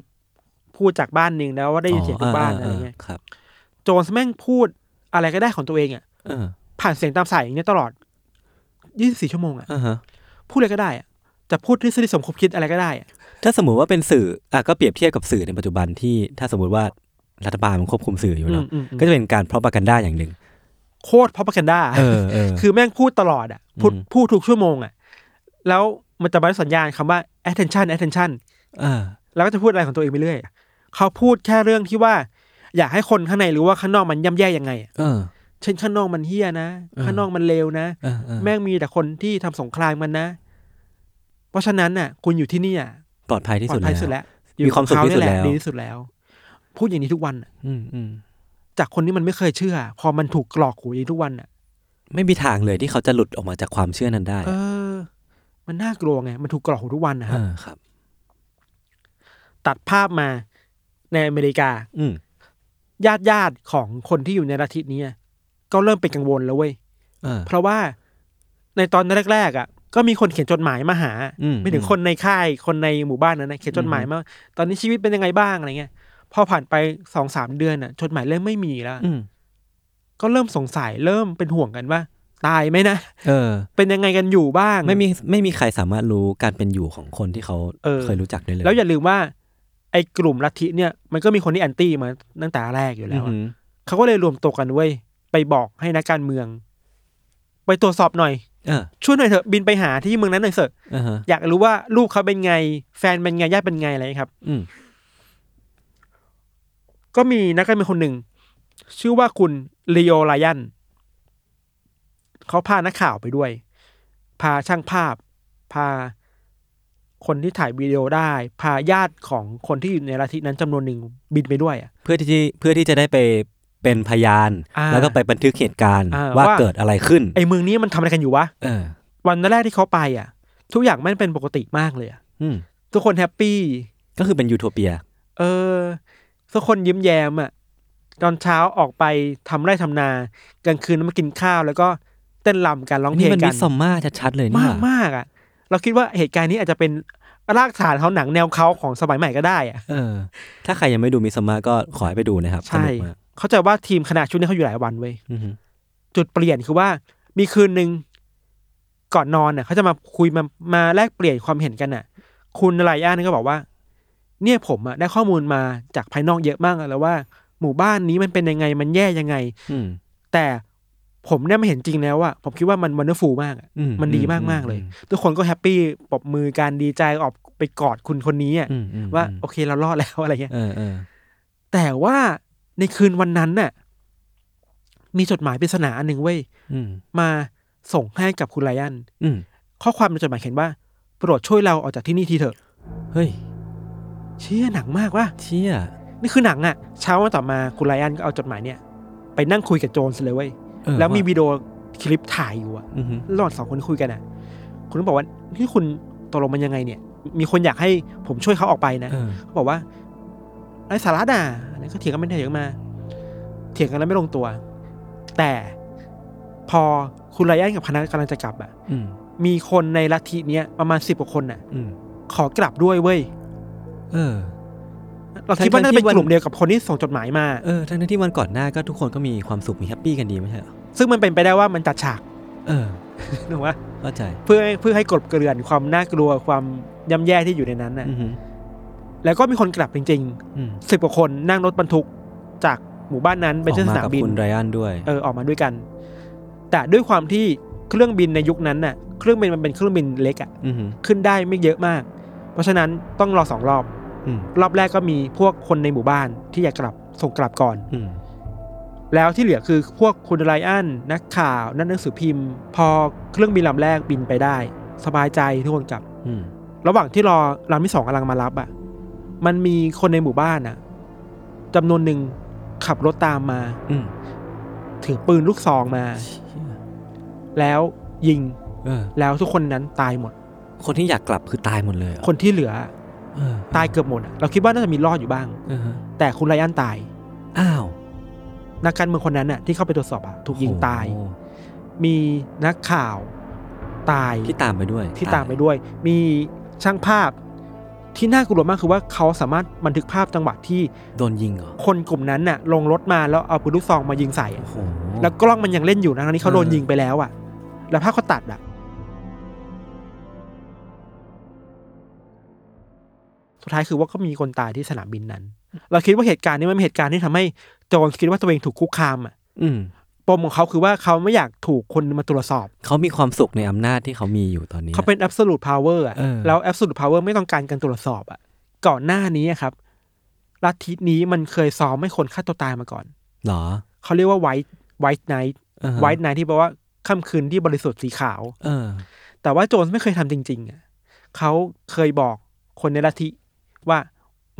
Speaker 3: พูดจากบ้านหนึ่งแล้วว่าได้ยินเสียงทุกบ้านอะไรเงี้ย
Speaker 2: ครับ
Speaker 3: โจนส์แม่งพูดอะไรก็ได้ของตัวเองอ่ะ
Speaker 2: เออ
Speaker 3: ผ่านเสียงตามสายอย่างเงี้ยตลอด 24 ชั่วโมงอ่ะ
Speaker 2: อ่าฮะ
Speaker 3: พูดอะไรก็ได้อ่ะจะพูดทฤษฎีสมคบคิดอะไรก็ได้อ่ะ
Speaker 2: ถ้าสมมุติว่าเป็นสื่ออ่ะก็เปรียบเทียบกับสื่อในปัจจุบันที่ถ้าสมมติว่ารัฐบาลมันควบคุมสื่ออยู่เนาะ
Speaker 3: อืมอืม
Speaker 2: ก็จะเป็นการพรอพกันด้าอย่างหนึ่ง
Speaker 3: โคตรพอพกันด้า
Speaker 2: เออเออ
Speaker 3: คือแม่งพูดตลอดอ่ะพูด
Speaker 2: อืม
Speaker 3: พูดทุกชั่วโมงอ่ะ แล้วมันจะมาด้วยสัญญาณคำว่า attention attention
Speaker 2: อ่า
Speaker 3: แล้วก็จะพูดอะไรของตัวเองไปเรื่อยเขาพูดแค่เรื่องที่ว่า อยากให้คนข้างในรู้ว่าข้างนอกมันย่ำแย่ยังไงอะ
Speaker 2: เออ
Speaker 3: เช่นข้างนอกมันเฮี้ยนะ
Speaker 2: เออ
Speaker 3: ข้างนอกมันเลวนะ
Speaker 2: เออเออ
Speaker 3: แม่งมีแต่คนที่ทำสงครามกันนะ เพราะฉะนั้นน่ะ คุณอยู่ที่นี่อ่ะ
Speaker 2: ปลอดภัยที่
Speaker 3: ปลอ
Speaker 2: สุ
Speaker 3: ด
Speaker 2: ด
Speaker 3: ภัยสุด
Speaker 2: แล้ว
Speaker 3: แล้วอยู่กับ
Speaker 2: มีความสุข
Speaker 3: เข
Speaker 2: ที่สุด
Speaker 3: เนี่ยหะ
Speaker 2: แล้ว
Speaker 3: ดีที่สุดแล้ว พูดอย่างนี้ทุกวันน่ะ
Speaker 2: อืมอืม
Speaker 3: จากคนที่มันไม่เคยเชื่อ พอมันถูกกรอกหูอย่างนี้ทุกวันอ่ะ
Speaker 2: ไม่มีทางเลยที่เขาจะหลุดออกมาจากความเชื่อนั้นได้
Speaker 3: เออ มันน่ากลัวไง มันถูกกรอกหูทุกวันนะค
Speaker 2: เอ
Speaker 3: รับ
Speaker 2: อครับ
Speaker 3: ตัดภาพมาในอเมริกา
Speaker 2: อืม
Speaker 3: ญาติญาติๆของคนที่อยู่ในลัทธินี้อะก็เริ่มเป็นกังวลแล้วเว้ย
Speaker 2: เออ
Speaker 3: เพราะว่าในตอนแรกๆอ่ะ ก็มีคนเขียนจดหมายมาหา
Speaker 2: อืม
Speaker 3: ไม่ถึงคนในค่ายคนในหมู่บ้านนั้นนะเขียนจดหมายมาว่าตอนนี้ชีวิตเป็นยังไงบ้างอะไรเงี้ยพอผ่านไปสองสามเดือนอ่ะจดหมายเริ่มไม่มีแล้ว
Speaker 2: อืม
Speaker 3: ก็เริ่มสงสัยเริ่มเป็นห่วงกันว่า ตายไหมนะ
Speaker 2: เออ
Speaker 3: เป็นยังไงกันอยู่บ้าง
Speaker 2: ไม่มีไม่มีใครสามารถรู้การเป็นอยู่ของคนที่เขา
Speaker 3: เออ
Speaker 2: เคยรู้จักได้เลย
Speaker 3: แล้วอย่าลืมว่า ไอ้กลุ่มลัทธิเนี่ยมันก็มีคนที่แอนตี้มาตั้งแต่แรกอยู่
Speaker 2: อื
Speaker 3: แล้
Speaker 2: อ
Speaker 3: วอะ
Speaker 2: หือ
Speaker 3: เขาก็เลยรวมตัวกันเว้ยไปบอกให้นักการเมือง ไปตรวจสอบหน่อย
Speaker 2: เออ
Speaker 3: ช่วยหน่อยเถอะบินไปหาที่เมืองนั้นหน่อยเถอะ
Speaker 2: อ่าฮะ
Speaker 3: อยากรู้ว่าลูกเขาเป็นไง แฟนเป็นไงญาติเป็นไงอะไรครับ
Speaker 2: อืม
Speaker 3: ก็มีนักการเมืองคนหนึ่ง ชื่อว่าคุณลีโอไลออนเขาพานักข่าวไปด้วย พาช่างภาพ พาคนที่ถ่ายวิดีโอได้ พาญาติของคนที่อยู่ในลัทธินั้นจำนวนหนึ่งบินไปด้วยอะ
Speaker 2: เพื่อที่เพื่อที่จะได้ไปเป็นพยาน
Speaker 3: อ่า
Speaker 2: แล้วก็ไปบันทึกเหตุการณ์
Speaker 3: อ่า
Speaker 2: ว่า
Speaker 3: ว่า
Speaker 2: เกิดอะไรขึ้น
Speaker 3: ไอ้เมืองนี้มันทำอะไรกันอยู่วะ
Speaker 2: เออ
Speaker 3: วันแรกที่เขาไปอ่ะ ทุกอย่างมันเป็นปกติมากเลยอะ
Speaker 2: อืม
Speaker 3: ทุกคนแฮปปี้
Speaker 2: ก็คือเป็นยูโทเปีย
Speaker 3: เออทุกคนยิ้มแย้มอ่ะ ตอนเช้าออกไปทำไร่ทำนา กลางคืนมากินข้าว แล้วก็เต้นรำกันร้องเพล
Speaker 2: นี่
Speaker 3: ง
Speaker 2: มัน
Speaker 3: กั
Speaker 2: มิ
Speaker 3: น
Speaker 2: สซอมมาชัดๆเลยนี่
Speaker 3: มา
Speaker 2: ห
Speaker 3: ก
Speaker 2: ว่าม
Speaker 3: ากอ่ะ เราคิดว่าเหตุการณ์นี้อาจจะเป็นรากฐานเขาหนังแนวเขาของสมัยใหม่ก็ได้อ่ะ
Speaker 2: เออ ถ้าใครยังไม่ดูมิสซอมมาก็ขอให้ไปดูนะครับส
Speaker 3: ใช่
Speaker 2: นุกมาก
Speaker 3: เข้าใจว่าทีมคณะชุดนี้เขาอยู่หลายวันเว้ย
Speaker 2: อือหือ
Speaker 3: จุดเปลี่ยนคือว่ามีคืนหนึ่งก่อนนอนน่ะเขาจะมาคุยมามาแลกเปลี่ยนความเห็นกันน่ะ คุณไรอันก็บอกว่า เนี่ยผมอะได้ข้อมูลมาจากภายนอกเยอะมากแล้วว่า หมู่บ้านนี้มันเป็นยังไงมันแย่ยังไง
Speaker 2: อืม
Speaker 3: แต่ผมเนี่ยไม่เห็นจริงแล้วอะผมคิดว่ามันวันเดอร์ฟูลมากอะ
Speaker 2: อืม
Speaker 3: มันดีมาก
Speaker 2: อืม
Speaker 3: มากเลย
Speaker 2: อืม
Speaker 3: ทุกคนก็แฮปปี้ปรบมือการดีใจออกไปกอดคุณคนนี้อะ
Speaker 2: อืมอืม
Speaker 3: ว่า
Speaker 2: อืม
Speaker 3: โอเคเรารอดแล้วอะไรเงี้ย
Speaker 2: เออเออ
Speaker 3: แต่ว่าในคืนวันนั้นน่ะ มีจดหมายปริศนาอันหนึ่งเว้ย
Speaker 2: อืม
Speaker 3: มาส่งให้กับคุณไลอัน
Speaker 2: อืม
Speaker 3: ข้อความในจดหมายเขียนว่า โปรดช่วยเราออกจากที่นี่ทีเถอะ
Speaker 2: เฮ้ย
Speaker 3: เชี่ยหนังมากว่ะ
Speaker 2: เชี่ย
Speaker 3: นี่คือหนังอะ่ะ เช้าวันต่อมาคุณไลอันก็เอาจดหมายเนี่ย ไปนั่งคุยกับโจนส์เลยเว้ย
Speaker 2: เออ
Speaker 3: แล้วมี
Speaker 2: ะ
Speaker 3: วิดีโอคลิปถ่ายอยู่อะ
Speaker 2: อือหือ
Speaker 3: ระหว่างสองคนคุยกันอะ่ะ คุณก็บอกว่าที่คุณตกลงมันยังไงเนี่ย มีคนอยากให้ผมช่วยเขาออกไปนะ
Speaker 2: เออ
Speaker 3: เขาบอกว่าไอ้สาระด่าอันนั้นก็เถียงกันไม่ได้เถียงกันมา เถียงกันแล้วไม่ลงตัว แต่พอคุณไรอันกับคณะกำลังจะกลับอะ
Speaker 2: อืม
Speaker 3: มีคนในลัทธิเนี้ยประมาณสิบกว่าคนน่ะ
Speaker 2: อืม
Speaker 3: ขอกลับด้วยเว้ย
Speaker 2: เออ
Speaker 3: เราคิดว่าน่าจะเป็
Speaker 2: ทั้งๆที่วั
Speaker 3: น
Speaker 2: น
Speaker 3: กลุ่มเดียวกับคนที่ส่งจดหมายมา
Speaker 2: เออทั้งๆที่วันก่อนหน้าก็ทุกคนก็มีความสุขมีแฮปปี้กันดีไม่ใช่เหรอ
Speaker 3: ซึ่งมันเป็นไปได้ว่ามันจัดฉาก
Speaker 2: เออ
Speaker 3: นึกว่า
Speaker 2: เข้าใจ
Speaker 3: เพื่อเพื่อให้กลบเกลื่อนความน่ากลัวความย่ำแย่ที่อยู่ในนั้นน่ะ
Speaker 2: อือหือ
Speaker 3: แล้วก็มีคนกลับจริง
Speaker 2: อืม
Speaker 3: ๆสิบกว่าคนนั่งรถบรรทุกจากหมู่บ้านนั้นไปที่สนามบิ
Speaker 2: ออกกับ
Speaker 3: น
Speaker 2: คุณไรอันด้วย
Speaker 3: เออออกมาด้วยกัน แต่ด้วยความที่เครื่องบินในยุคนั้นน่ะ เครื่องบินมันเป็นเครื่องบินเล็กอะ
Speaker 2: อือหือ
Speaker 3: ขึ้นได้ไม่เยอะมาก เพราะฉะนั้นต้องรอสองรอบ
Speaker 2: อืม
Speaker 3: รอบแรกก็มีพวกคนในหมู่บ้านที่อยากกลับส่งกลับก่อน
Speaker 2: อืม
Speaker 3: แล้วที่เหลือคือพวกคุณไรอันนักข่าว นักหนังสือพิมพ์ พอเครื่องบินลำแรกบินไปได้ สบายใจทุกคนกลับ
Speaker 2: อืม
Speaker 3: ระหว่างที่รอลำที่สองกำลังมารับอะมันมีคนในหมู่บ้านอะจำนวนหนึ่งขับรถตามมา
Speaker 2: อืม
Speaker 3: ถือปืนลูกซองมา
Speaker 2: เชี่ย
Speaker 3: แล้วยิง
Speaker 2: เออ
Speaker 3: แล้วทุกคนนั้นตายหมด
Speaker 2: คนที่อยากกลับคือตายหมดเลยเหรอ
Speaker 3: คนที่เหลือ
Speaker 2: เออ
Speaker 3: ตายเกือบหมดอะเราคิดว่าน่าจะมีรอดอยู่บ้าง
Speaker 2: เออฮะ
Speaker 3: แต่คุณไรอันตาย
Speaker 2: อ้าว
Speaker 3: นักการเมืองคนนั้นน่ะที่เข้าไปตรวจสอบอะถูกยิงตาย
Speaker 2: โอ้โห
Speaker 3: มีนักข่าวตาย
Speaker 2: ที่ตามไปด้วย
Speaker 3: ที่ตามไปด้วย มีช่างภาพ ที่น่ากลัวมากคือว่าเขาสามารถบันทึกภาพจังหวะที่
Speaker 2: โดนยิงเหรอ
Speaker 3: คนกลุ่มนั้นน่ะ ลงรถมาแล้วเอาปืนลูกซองมายิงใส่
Speaker 2: โอ้
Speaker 3: อะ
Speaker 2: โห
Speaker 3: แล้วกล้องมันยังเล่นอยู่นะทั้งที่เขาโดน
Speaker 2: เออ
Speaker 3: ยิงไปแล้วอะแล้วภาพเขาตัดอะสุดท้ายคือว่าก็มีคนตายที่สนามบินนั้น เราคิดว่าเหตุการณ์นี้มันเป็นเหตุการณ์ที่ทำให้โจนคิดว่าตัวเองถูกคุกคามอะ
Speaker 2: อืม
Speaker 3: ปมของเขาคือว่าเขาไม่อยากถูกคนมาตรวจสอบ
Speaker 2: เขามีความสุขในอำนาจที่เขามีอยู่ตอนนี้
Speaker 3: เขาเป็น absolute power อ่ะ
Speaker 2: เออ
Speaker 3: แล้ว absolute power ไม่ต้องการการตรวจสอบอ่ะ ก่อนหน้านี้อะครับ ลัทธินี้มันเคยซ้อมให้คนฆ่าตัวตายมาก่อน
Speaker 2: เหรอ
Speaker 3: เขาเรียกว่า white white night
Speaker 2: อ่าฮะ
Speaker 3: white night ที่แปลว่าค่ำคืนที่บริสุทธิ์สีขาว
Speaker 2: เออ
Speaker 3: แต่ว่าโจนไม่เคยทำจริง ๆอ่ะเขาเคยบอกคนในลัทธิว่า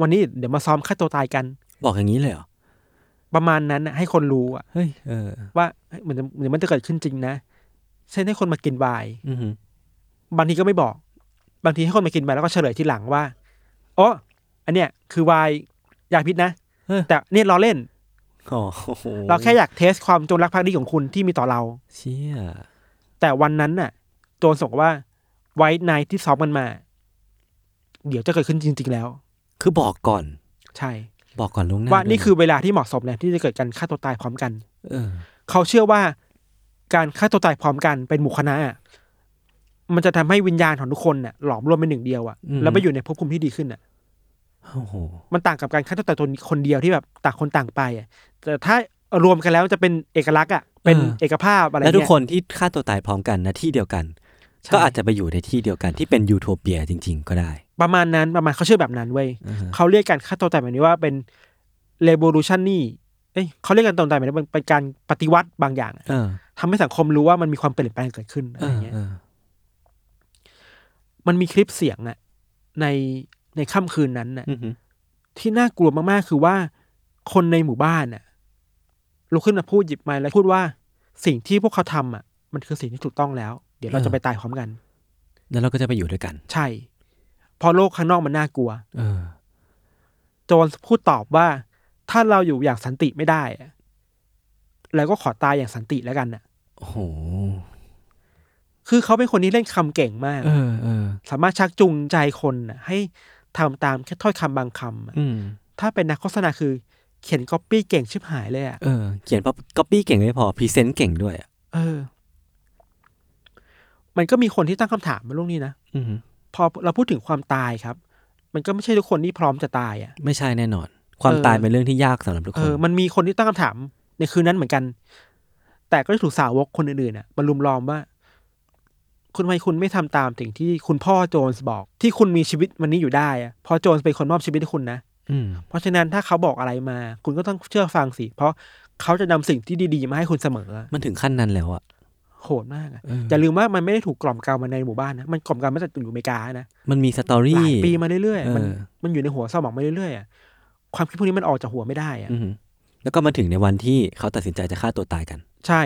Speaker 3: วันนี้เดี๋ยวมาซ้อมฆ่าตัวตายกัน
Speaker 2: บอกอย่างนี้เลยเหรอ
Speaker 3: ประมาณนั้นน่ะให้คนรู้อ่ะ
Speaker 2: เฮ้ยเออ
Speaker 3: ว่าเฮ้ยเหมือนจะเหมือนมันจะเกิดขึ้นจริงนะเช่นให้คนมากินไวน์
Speaker 2: อือหือบ
Speaker 3: างทีก็ไม่บอก บางทีให้คนมากินไปแล้วก็เฉลยทีหลังว่าอ๋ออันเนี้ยคือไวน์ยาพิษนะ
Speaker 2: เฮ้ย
Speaker 3: แต่เนี่ยเราเล่น
Speaker 2: โอ้โห
Speaker 3: เราแค่อยากเทสความจงรักภักดีของคุณที่มีต่อเรา
Speaker 2: เชี่ย
Speaker 3: แต่วันนั้นน่ะ โจรส่งว่าไว้นายที่ซ้อมกันมา เดี๋ยวจะเกิดขึ้นจริง ๆ แล้ว
Speaker 2: คือบอกก่อน
Speaker 3: ใช่
Speaker 2: บอกก่อนล่วงหน้า
Speaker 3: ว่านี่คือ
Speaker 2: ด้วยะ
Speaker 3: เวลาที่เหมาะสมแล้วที่จะเกิดการฆ่าตัวตายพร้อมกัน
Speaker 2: เออ
Speaker 3: เขาเชื่อว่าการฆ่าตัวตายพร้อมกันเป็นหมู่คณะอะมันจะทำให้วิญญาณของทุกคนน่ะหลอมรวมเป็นหนึ่งเดียวอะ
Speaker 2: อืม
Speaker 3: แล้วไปอยู่ในภพภูมิที่ดีขึ้นอะ
Speaker 2: โอ้โห
Speaker 3: มันต่างกับการฆ่าตัวตายตัวคนเดียวที่แบบต่างคนต่างไปอ่ะแต่ถ้ารวมกันแล้วมันจะเป็นเอกลักษณ์อ่ะเป็นเอกภาพอะไร
Speaker 2: และ
Speaker 3: เงี้ย
Speaker 2: ทุกคนที่ฆ่าตัวตายพร้อมกันนะที่เดียวกัน
Speaker 3: ใช่
Speaker 2: ก็อาจจะไปอยู่ในที่เดียวกันที่เป็นยูโทเปียจริง ๆ ก็ได้
Speaker 3: ประมาณนั้นประมาณเขาเชื่อแบบนั้นเว้ย
Speaker 2: อ่าฮะ
Speaker 3: เขาเรียกการฆ่าตัวตายแบบนี้ว่าเป็น revolutionary เอ้ยเขาเรียกกันตรงใจไหมนะมันเป็นการปฏิวัติบางอย่างอะ
Speaker 2: เออ
Speaker 3: ทำให้สังคมรู้ว่ามันมีความเปลี่ยนแปลงเกิดขึ้นอะ
Speaker 2: เอ
Speaker 3: ไร
Speaker 2: อ
Speaker 3: เงี้ย
Speaker 2: เออ
Speaker 3: มันมีคลิปเสียงอะในในค่ำคืนนั้นน่ะ
Speaker 2: อือหือ
Speaker 3: ที่น่ากลัวมาก ๆ คือว่าคนในหมู่บ้านน่ะลุกขึ้นมาพูดหยิบไม้แล้วพูดว่าสิ่งที่พวกเขาทำอ่ะ มันคือสิ่งที่ถูกต้องแล้ว เดี๋ยวเราจะไปตายพร้อมกัน
Speaker 2: แล้วเราก็จะไปอยู่ด้วยกัน
Speaker 3: ใช่ พอโลกข้างนอกมันน่ากลัว
Speaker 2: เออ
Speaker 3: โจนพูดตอบว่า ถ้าเราอยู่อย่างสันติไม่ได้อะแล้วก็ขอตายอย่างสันติแล้วกันน่ะ
Speaker 2: โอ้โห
Speaker 3: คือเขาเป็นคนที่เล่นคำเก่งมาก
Speaker 2: เออเออ
Speaker 3: สามารถชักจูงใจคนน่ะ ให้ทำตามแค่ถ้อยคำบางคำอะ
Speaker 2: อืม
Speaker 3: ถ้าเป็นนักโฆษณาคือเขียนก๊อปปี้เก่งชิบหายเลยอ่ะ
Speaker 2: เออ เขียนก๊อปปี้เก่งไม่พอพรีเซนต์เก่งด้วยอ่ะ
Speaker 3: เออ มันก็มีคนที่ตั้งคำถามมาเรื่องนี้นะ
Speaker 2: อือหือ
Speaker 3: พอเราพูดถึงความตายครับ มันก็ไม่ใช่ทุกคนที่พร้อมจะตายอะ่ะ
Speaker 2: ไม่ใช่แน่นอน ความ
Speaker 3: เออ
Speaker 2: ตายเป็นเรื่องที่ยากสำหรับทุก
Speaker 3: เอ
Speaker 2: คน
Speaker 3: อ มันมีคนที่ตั้งคำถามในคืนนั้นเหมือนกัน แต่ก็ถูกสาวกคนอื่นๆน่ะมาลุมล้อมว่า คุณทำไมคุณไม่ทำตามสิ่งที่คุณพ่อโจนส์บอก ที่คุณมีชีวิตวันนี้อยู่ได้อะเพราะโจนส์เป็นคนมอบชีวิตให้คุณนะ
Speaker 2: อืม
Speaker 3: เพราะฉะนั้นถ้าเขาบอกอะไรมา คุณก็ต้องเชื่อฟังสิ เพราะเขาจะนำสิ่งที่ดีๆมาให้คุณเสมอ
Speaker 2: มันถึงขั้นนั้นแล้วอ่ะ
Speaker 3: โหดมากอะ
Speaker 2: เอออ
Speaker 3: ย่าลืมว่ามันไม่ได้ถูกกล่อมกล่าวมาในหมู่บ้านนะ มันกล่อมกล่าวมาจากอยู่อเมริกานะ
Speaker 2: มันมีสตอ
Speaker 3: หลา
Speaker 2: รี่
Speaker 3: ยปีมาเรื่อยๆ มัน
Speaker 2: เออ
Speaker 3: มันอยู่ในหัวสมองมาเรื่อยๆอะความคิดพวกนี้มันออกจากหัวไม่ได้อะ
Speaker 2: อือหือแล้วก็มาถึงในวันที่เขาตัดสินใจจะฆ่าตัวตายกัน
Speaker 3: ใช่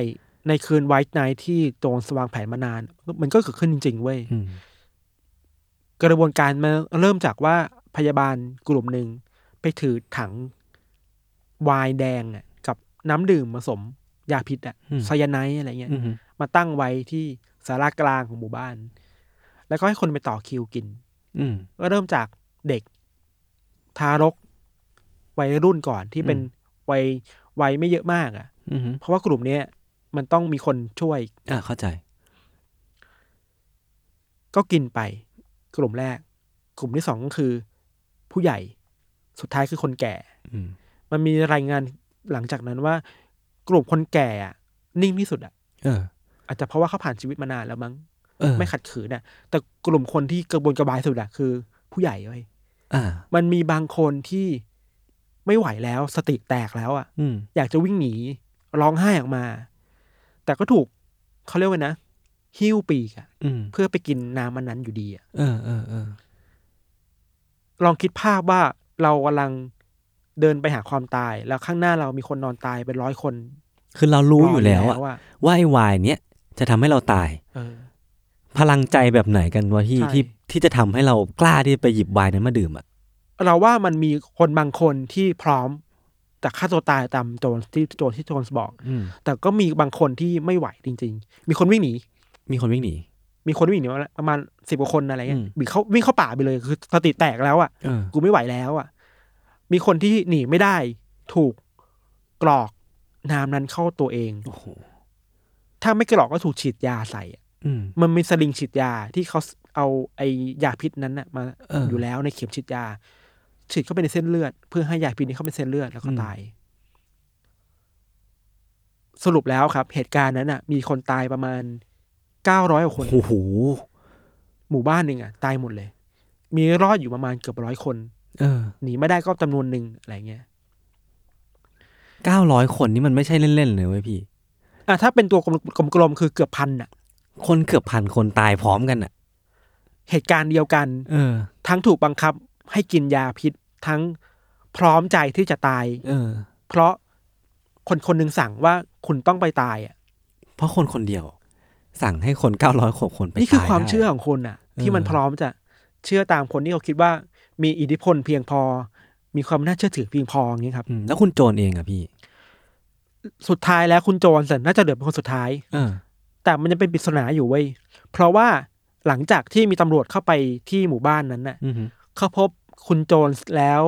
Speaker 3: ในคืนไวท์ไนท์ที่โจนสว่างแผนมานาน มันก็เกิดขึ้นจริงๆเว้ย
Speaker 2: อืม
Speaker 3: กระบวนการมันเริ่มจากว่าพยาบาลกลุ่มหนึ่งไปถือถังไวายแดงอะกับน้ำดื่มผสมยาพิษอะ
Speaker 2: อืม
Speaker 3: ไซยาไนด์อะไรเงี้ย
Speaker 2: อือหือ
Speaker 3: มาตั้งไว้ที่สารากลางของหมู่บ้าน แล้วก็ให้คนไปต่อคิวกิน
Speaker 2: อืม
Speaker 3: ก็เริ่มจากเด็กทารก วัยรุ่นก่อนที่เป็น
Speaker 2: อืม
Speaker 3: วัยวัยไม่เยอะมากอะ่ะ
Speaker 2: อือหือ
Speaker 3: เพราะว่ากลุ่มเนี้ยมันต้องมีคนช่วย
Speaker 2: อ่าเข้าใจ
Speaker 3: ก็กินไป กลุ่มแรก กลุ่มที่สองก็คือ ผู้ใหญ่สุดท้ายคือคนแก่
Speaker 2: อืม
Speaker 3: มันมีรายงานหลังจากนั้นว่า กลุ่มคนแก่อะนิ่งที่สุดอะ
Speaker 2: เออ
Speaker 3: อาจจะเพราะว่าเขาผ่านชีวิตมานานแล้วมั้ง
Speaker 2: เออ
Speaker 3: ไม่ขัดขืนอะแต่กลุ่มคนที่กระบวนกระบายสุดอะคือ ผู้ใหญ่เว้ย
Speaker 2: อ่า
Speaker 3: มันมีบางคนที่ไม่ไหวแล้วสติแตกแล้วอะ
Speaker 2: อืม
Speaker 3: อยากจะวิ่งหนีร้องไห้ออกมา แต่ก็ถูกเขาเรียกว่านะ หิ้วปีกอะ
Speaker 2: อืม
Speaker 3: เพื่อไปกินน้ำมันนั้นอยู่ดีอะ
Speaker 2: เออเออเออ
Speaker 3: ลองคิดภาพว่าเรากำลังเดินไปหาความตาย แล้วข้างหน้าเรามีคนนอนตายเป็นร้อยคน
Speaker 2: คือเรารู้อยู่แล้ว
Speaker 3: ร
Speaker 2: อะว่าไอ้วายเนี้ยจะทำให้เราตาย
Speaker 3: เออ
Speaker 2: พลังใจแบบไหนกันวะที่
Speaker 3: ใช่
Speaker 2: ที่ที่จะทำให้เรากล้าที่จะไปหยิบไวน์นั้นมาดื่มอ่ะ
Speaker 3: เราว่ามันมีคนบางคนที่พร้อมจะฆ่าตัวตายตามโจนที่โจนที่โจนบอก
Speaker 2: อืม
Speaker 3: แต่ก็มีบางคนที่ไม่ไหวจริง ๆ มีคนวิ่งหนี
Speaker 2: มีคนวิ่งหนี
Speaker 3: มีคนวิ่งหนีมาประมาณสิบกว่าคนอะไรเงี้ย
Speaker 2: อืม
Speaker 3: วิ่งเขาวิ่งเข้าป่าไปเลยคือสติแตกแล้วอะ
Speaker 2: เออ
Speaker 3: กูไม่ไหวแล้วอ่ะ มีคนที่หนีไม่ได้ ถูกกรอกน้ำนั้นเข้าตัวเอง
Speaker 2: โอ้โห
Speaker 3: ถ้าไม่กรอกก็ถูกฉีดยาใส่อะ
Speaker 2: อืม
Speaker 3: มันมีสลิงฉีดยาที่เขาเอาไอ้ยาพิษนั้นน่ะมา
Speaker 2: เอออ
Speaker 3: ยู่แล้วในเข็มฉีดยา ฉีดเข้าไปในเส้นเลือด เพื่อให้ยาพิษนี้เข้าไปในเส้นเลือดแล้วก็ตาย สรุปแล้วครับ เหตุการณ์นั้นน่ะ มีคนตายประมาณเก้าร้อยกว่าคน
Speaker 2: โอ้โห
Speaker 3: หมู่บ้านหนึ่งอ่ะตายหมดเลย มีรอดอยู่ประมาณเกือบร้อยคน
Speaker 2: เออ
Speaker 3: หนีไม่ได้ก็จำนวนหนึ่งอะไรเงี้ย
Speaker 2: เก้าร้อยคนนี่มันไม่ใช่เล่นๆเลยเว้ยพี่
Speaker 3: อ่ะถ้าเป็นตัวกลมกลมๆคือเกือบพันน่ะ
Speaker 2: คนเกือบพันคนตายพร้อมกันอ่ะ
Speaker 3: เหตุการณ์เดียวกัน
Speaker 2: เออ
Speaker 3: ทั้งถูกบังคับให้กินยาพิษ ทั้งพร้อมใจที่จะตาย
Speaker 2: เออ
Speaker 3: เพราะคนคนหนึ่งสั่งว่าคุณต้องไปตายอ่ะ
Speaker 2: เพราะคนคนเดียว สั่งให้คนเก้าร้อยกว่าคนไป
Speaker 3: นี่คือ
Speaker 2: ตย
Speaker 3: ความ
Speaker 2: ได้
Speaker 3: เชื่อของคนน่ะ ที่มันพร้อมจะเชื่อตามคนที่เขาคิดว่า มีอิทธิพลเพียงพอ มีความน่าเชื่อถือเพียงพออย่างเงี้ยครับ
Speaker 2: อืมแล้วคุณโจรเองอะพี่
Speaker 3: สุดท้ายแล้วคุณโจนสันน่าจะเหลือเป็นคนสุดท้าย
Speaker 2: เออ
Speaker 3: แต่มันยังเป็นปริศนาอยู่เว้ยเพราะว่าหลังจากที่มีตำรวจเข้าไปที่หมู่บ้านนั้นน่ะ
Speaker 2: อืม
Speaker 3: เขาพบคุณโจนส์แล้ว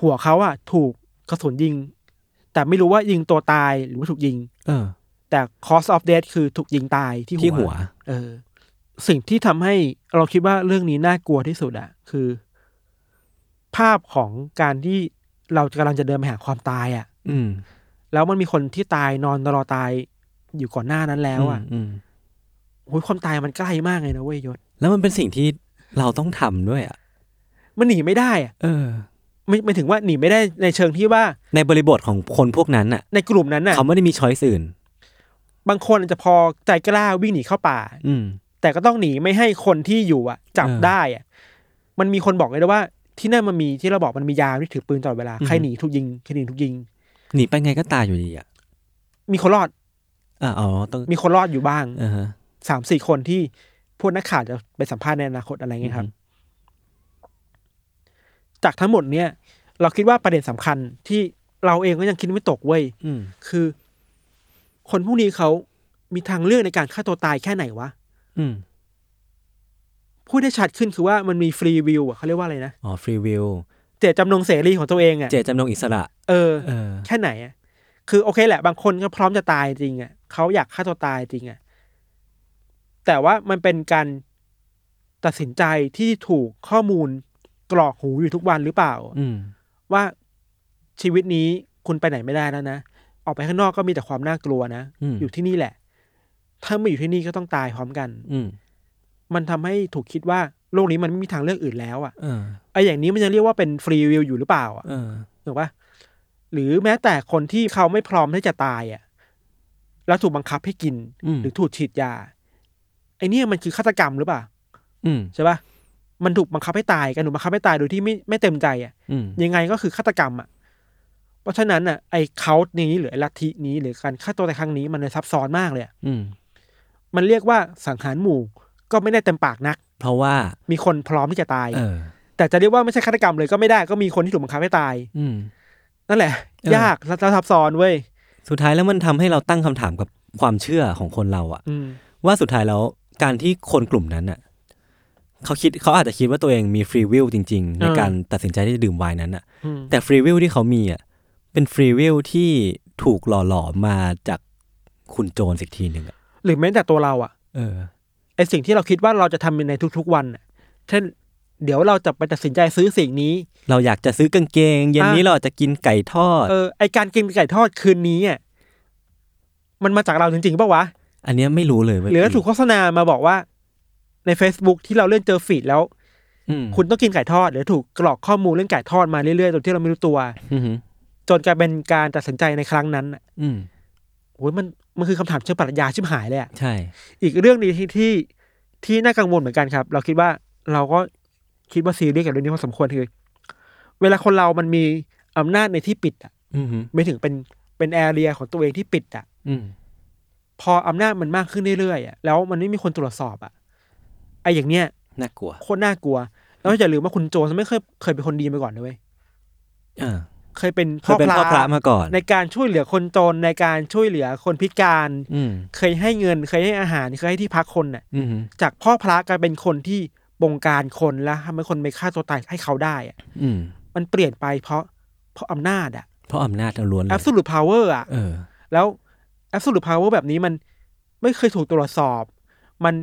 Speaker 3: หัวเขาอะถูกกระสุนยิง แต่ไม่รู้ว่ายิงตัวตายหรือว่าถูกยิง
Speaker 2: เออ
Speaker 3: แต่ cause of death คือถูกยิงตายที่
Speaker 2: ที่หัว
Speaker 3: เออ สิ่งที่ทำให้เราคิดว่าเรื่องนี้น่ากลัวที่สุดอะคือ ภาพของการที่เรากำลังจะเดินไปหาความตายอะ
Speaker 2: อืม
Speaker 3: แล้วมันมีคนที่ตายนอนรอตายอยู่ก่อนหน้านั้นแล้วอะ
Speaker 2: อืมม
Speaker 3: โอ้ยความตายมันใกล้มากเลยนะเว้ยยศ
Speaker 2: แล้วมันเป็นสิ่งที่เราต้องทำด้วยอะ
Speaker 3: มันหนีไม่ได้อะ
Speaker 2: เออ
Speaker 3: ไม่ไม่ถึงว่าหนีไม่ได้ในเชิงที่ว่า
Speaker 2: ในบริบทของคนพวกนั้นอ่ะ
Speaker 3: ในกลุ่มนั้นน่ะ
Speaker 2: เขาไม่ได้มีช้อยส์อื่น
Speaker 3: บางคนอาจจะพอใจกล้าวิ่งหนีเข้าป่า
Speaker 2: อืม
Speaker 3: แต่ก็ต้องหนีไม่ให้คนที่อยู่อ่ะ จับ
Speaker 2: เออ
Speaker 3: ได้อ่ะมันมีคนบอกเลยนะว่า ที่นั่นมันมีที่เราบอกมันมียามที่ถือปืนตลอดเวลา
Speaker 2: อือฮึ
Speaker 3: ใครหนีถูกยิงใครหนีถูกยิง
Speaker 2: หนีไปไงก็ตายอยู่ดีอ่ะ
Speaker 3: มีคนรอด
Speaker 2: อ่ะอ๋อต้อง
Speaker 3: มีคนรอดอยู่บ้าง
Speaker 2: อ่าฮะ
Speaker 3: สามสี่คนที่พวกนักข่าวจะไปสัมภาษณ์ในอนาคตอะไรเงี้ยครับ จากทั้งหมดเนี่ย เราคิดว่าประเด็นสำคัญที่เราเองก็ยังคิดไม่ตกเว้ย
Speaker 2: อืม
Speaker 3: คือ คนพวกนี้เขามีทางเลือกในการฆ่าตัวตายแค่ไหนวะ
Speaker 2: อืม
Speaker 3: พูดได้ชัดขึ้นคือว่ามันมีฟรีวิวอ่ะเขาเรียกว่าอะไรนะ
Speaker 2: อ๋อฟรีวิว
Speaker 3: เจตจำนงเสรีของตัวเองอ่ะ
Speaker 2: เจตจำนงอิสระ
Speaker 3: เออ
Speaker 2: เออ
Speaker 3: แค่ไหนอ่ะคือโอเคแหละ บางคนก็พร้อมจะตายจริงอ่ะเขาอยากฆ่าตัวตายจริงอ่ะแต่ว่ามันเป็นการตัดสินใจที่ถูกข้อมูลกรอกหูอยู่ทุกวันหรือเปล่า
Speaker 2: อืม
Speaker 3: ว่าชีวิตนี้คุณไปไหนไม่ได้แล้วนะ ออกไปข้างนอกก็มีแต่ความน่ากลัวนะ
Speaker 2: อืม
Speaker 3: อยู่ที่นี่แหละ ถ้าไม่อยู่ที่นี่ก็ต้องตายพร้อมกัน
Speaker 2: อืม
Speaker 3: มันทำให้ถูกคิดว่าโลกนี้มันไม่มีทางเลือกอื่นแล้วอะ่ะ
Speaker 2: เออ
Speaker 3: ไออย่างนี้มันจะเรียกว่าเป็นฟรีวิลอยู่หรือเปล่าอะ
Speaker 2: เออ
Speaker 3: ถูกปะหรือแม้แต่คนที่เขาไม่พร้อมที่จะตายอะ่ะ แล้วถูกบังคับให้กิน
Speaker 2: อืม
Speaker 3: หรือถูกฉีดยา ไอเนี่ยมันคือฆาตกรรมหรือเปล่า
Speaker 2: อืม
Speaker 3: ใช่ปะมันถูกบังคับให้ตายกันถูกบังคับให้ตายโดยที่ไม่ไม่เต็มใจอ่ะ
Speaker 2: อืม
Speaker 3: ยังไงก็คือฆาตกรรมอ่ะ เพราะฉะนั้นอ่ะไอ้เคาท์นี้หรือไอ้ลัทธินี้หรือการฆ่าตัวตายครั้งนี้มันเลยซับซ้อนมากเลยอะ
Speaker 2: อืม
Speaker 3: มันเรียกว่าสังหารหมู่ก็ไม่ได้เต็มปากนัก
Speaker 2: เพราะว่า
Speaker 3: มีคนพร้อมที่จะตาย
Speaker 2: เออ
Speaker 3: แต่จะเรียกว่าไม่ใช่ฆาตกรรมเลยก็ไม่ได้ก็มีคนที่ถูกบังคับให้ตาย
Speaker 2: อืม
Speaker 3: นั่นแหละ
Speaker 2: เออ
Speaker 3: ยากและซับซ้อนเว้ย
Speaker 2: สุดท้ายแล้วมันทำให้เราตั้งคำถามกับความเชื่อของคนเราอะ
Speaker 3: อืม
Speaker 2: ว่าสุดท้ายแล้วการที่คนกลุ่มนั้นอะเขาคิดเขาอาจจะคิดว่าตัวเองมีฟรีวิลจริง ๆ ใน
Speaker 3: เออ
Speaker 2: การตัดสินใจที่จะดื่มไวน์นั้นอะ
Speaker 3: อืม
Speaker 2: แต่ฟรีวิลที่เขามีอะเป็นฟรีวิลที่ถูกหล่อหลอมมาจากคุณโจรสักทีหนึ่งอะ
Speaker 3: หรือแม้แต่ตัวเราอ่ะ
Speaker 2: เออ
Speaker 3: ไอสิ่งที่เราคิดว่าเราจะทำในทุกๆวันอะเช่น เดี๋ยวเราจะไปตัดสินใจซื้อสิ่งนี้
Speaker 2: เราอยากจะซื้อกางเกง เย็นนี้
Speaker 3: อ่ะ
Speaker 2: เราอาจจะกินไก่ทอด
Speaker 3: เออไอการกินไก่ทอดคืนนี้อ่ะมันมาจากเราจริงๆปะวะ
Speaker 2: อันเนี้ยไม่รู้เลยเว้ย
Speaker 3: หรือว่าถูกโฆษณามาบอกว่าใน Facebook ที่เราเลื่อนเจอฟีดแล้ว
Speaker 2: อืม
Speaker 3: คุณต้องกินไก่ทอด หรือถูกกรอกข้อมูลเรื่องไก่ทอดมาเรื่อยๆโดยที่เราไม่รู้ตัว
Speaker 2: อืม
Speaker 3: จนกลายเป็นการตัดสินใจในครั้งนั้นน่ะ
Speaker 2: อืม
Speaker 3: โอ้ยมันมันคือคำถามเชิงปรัชญาชิบหายเลยอะ
Speaker 2: ใช่
Speaker 3: อีกเรื่องหนึงที่ที่ที่น่ากังวลเหมือนกันครับ เราคิดว่าเราก็คิดว่าซีเรียสกับเรื่องนี้พอสมควรคือ เวลาคนเรามันมีอำนาจในที่ปิดอะ
Speaker 2: อืม
Speaker 3: ไม่ถึงเป็นเป็นแอเรียของตัวเองที่ปิดอะ
Speaker 2: อืม
Speaker 3: พออำนาจมันมากขึ้นเรื่อยๆอะแล้วมันไม่มีคนตรวจสอบอะไออย่างเนี้ย
Speaker 2: น่ากลัว
Speaker 3: โคตรน่ากลัว แล้วอย่าลืมว่าคุณโจนไม่เคยเคยเป็นคนดีมาก่อนนะเว้ย
Speaker 2: อ่า
Speaker 3: เคยเป็น
Speaker 2: เคยเป็นพ่อพระมาก่อน
Speaker 3: ในการช่วยเหลือคนจนในการช่วยเหลือคนพิการ
Speaker 2: อืม
Speaker 3: เคยให้เงิน เคยให้อาหาร เคยให้ที่พักคนน่ะ
Speaker 2: อืม
Speaker 3: จากพ่อพระกลายเป็นคนที่บงการคนแล้วทำให้คนไปฆ่าตัวตายให้เขาได้อะ
Speaker 2: อืม
Speaker 3: มันเปลี่ยนไปเพราะเพราะอำนาจอะ
Speaker 2: เพราะอำนาจล้วนๆเล
Speaker 3: แอบ
Speaker 2: ย
Speaker 3: สู t พาวเวอร์อะ
Speaker 2: เออ
Speaker 3: แล้ว a b s o l u t e power แบบนี้มันไม่เคยถูกตรวจสอบ มัน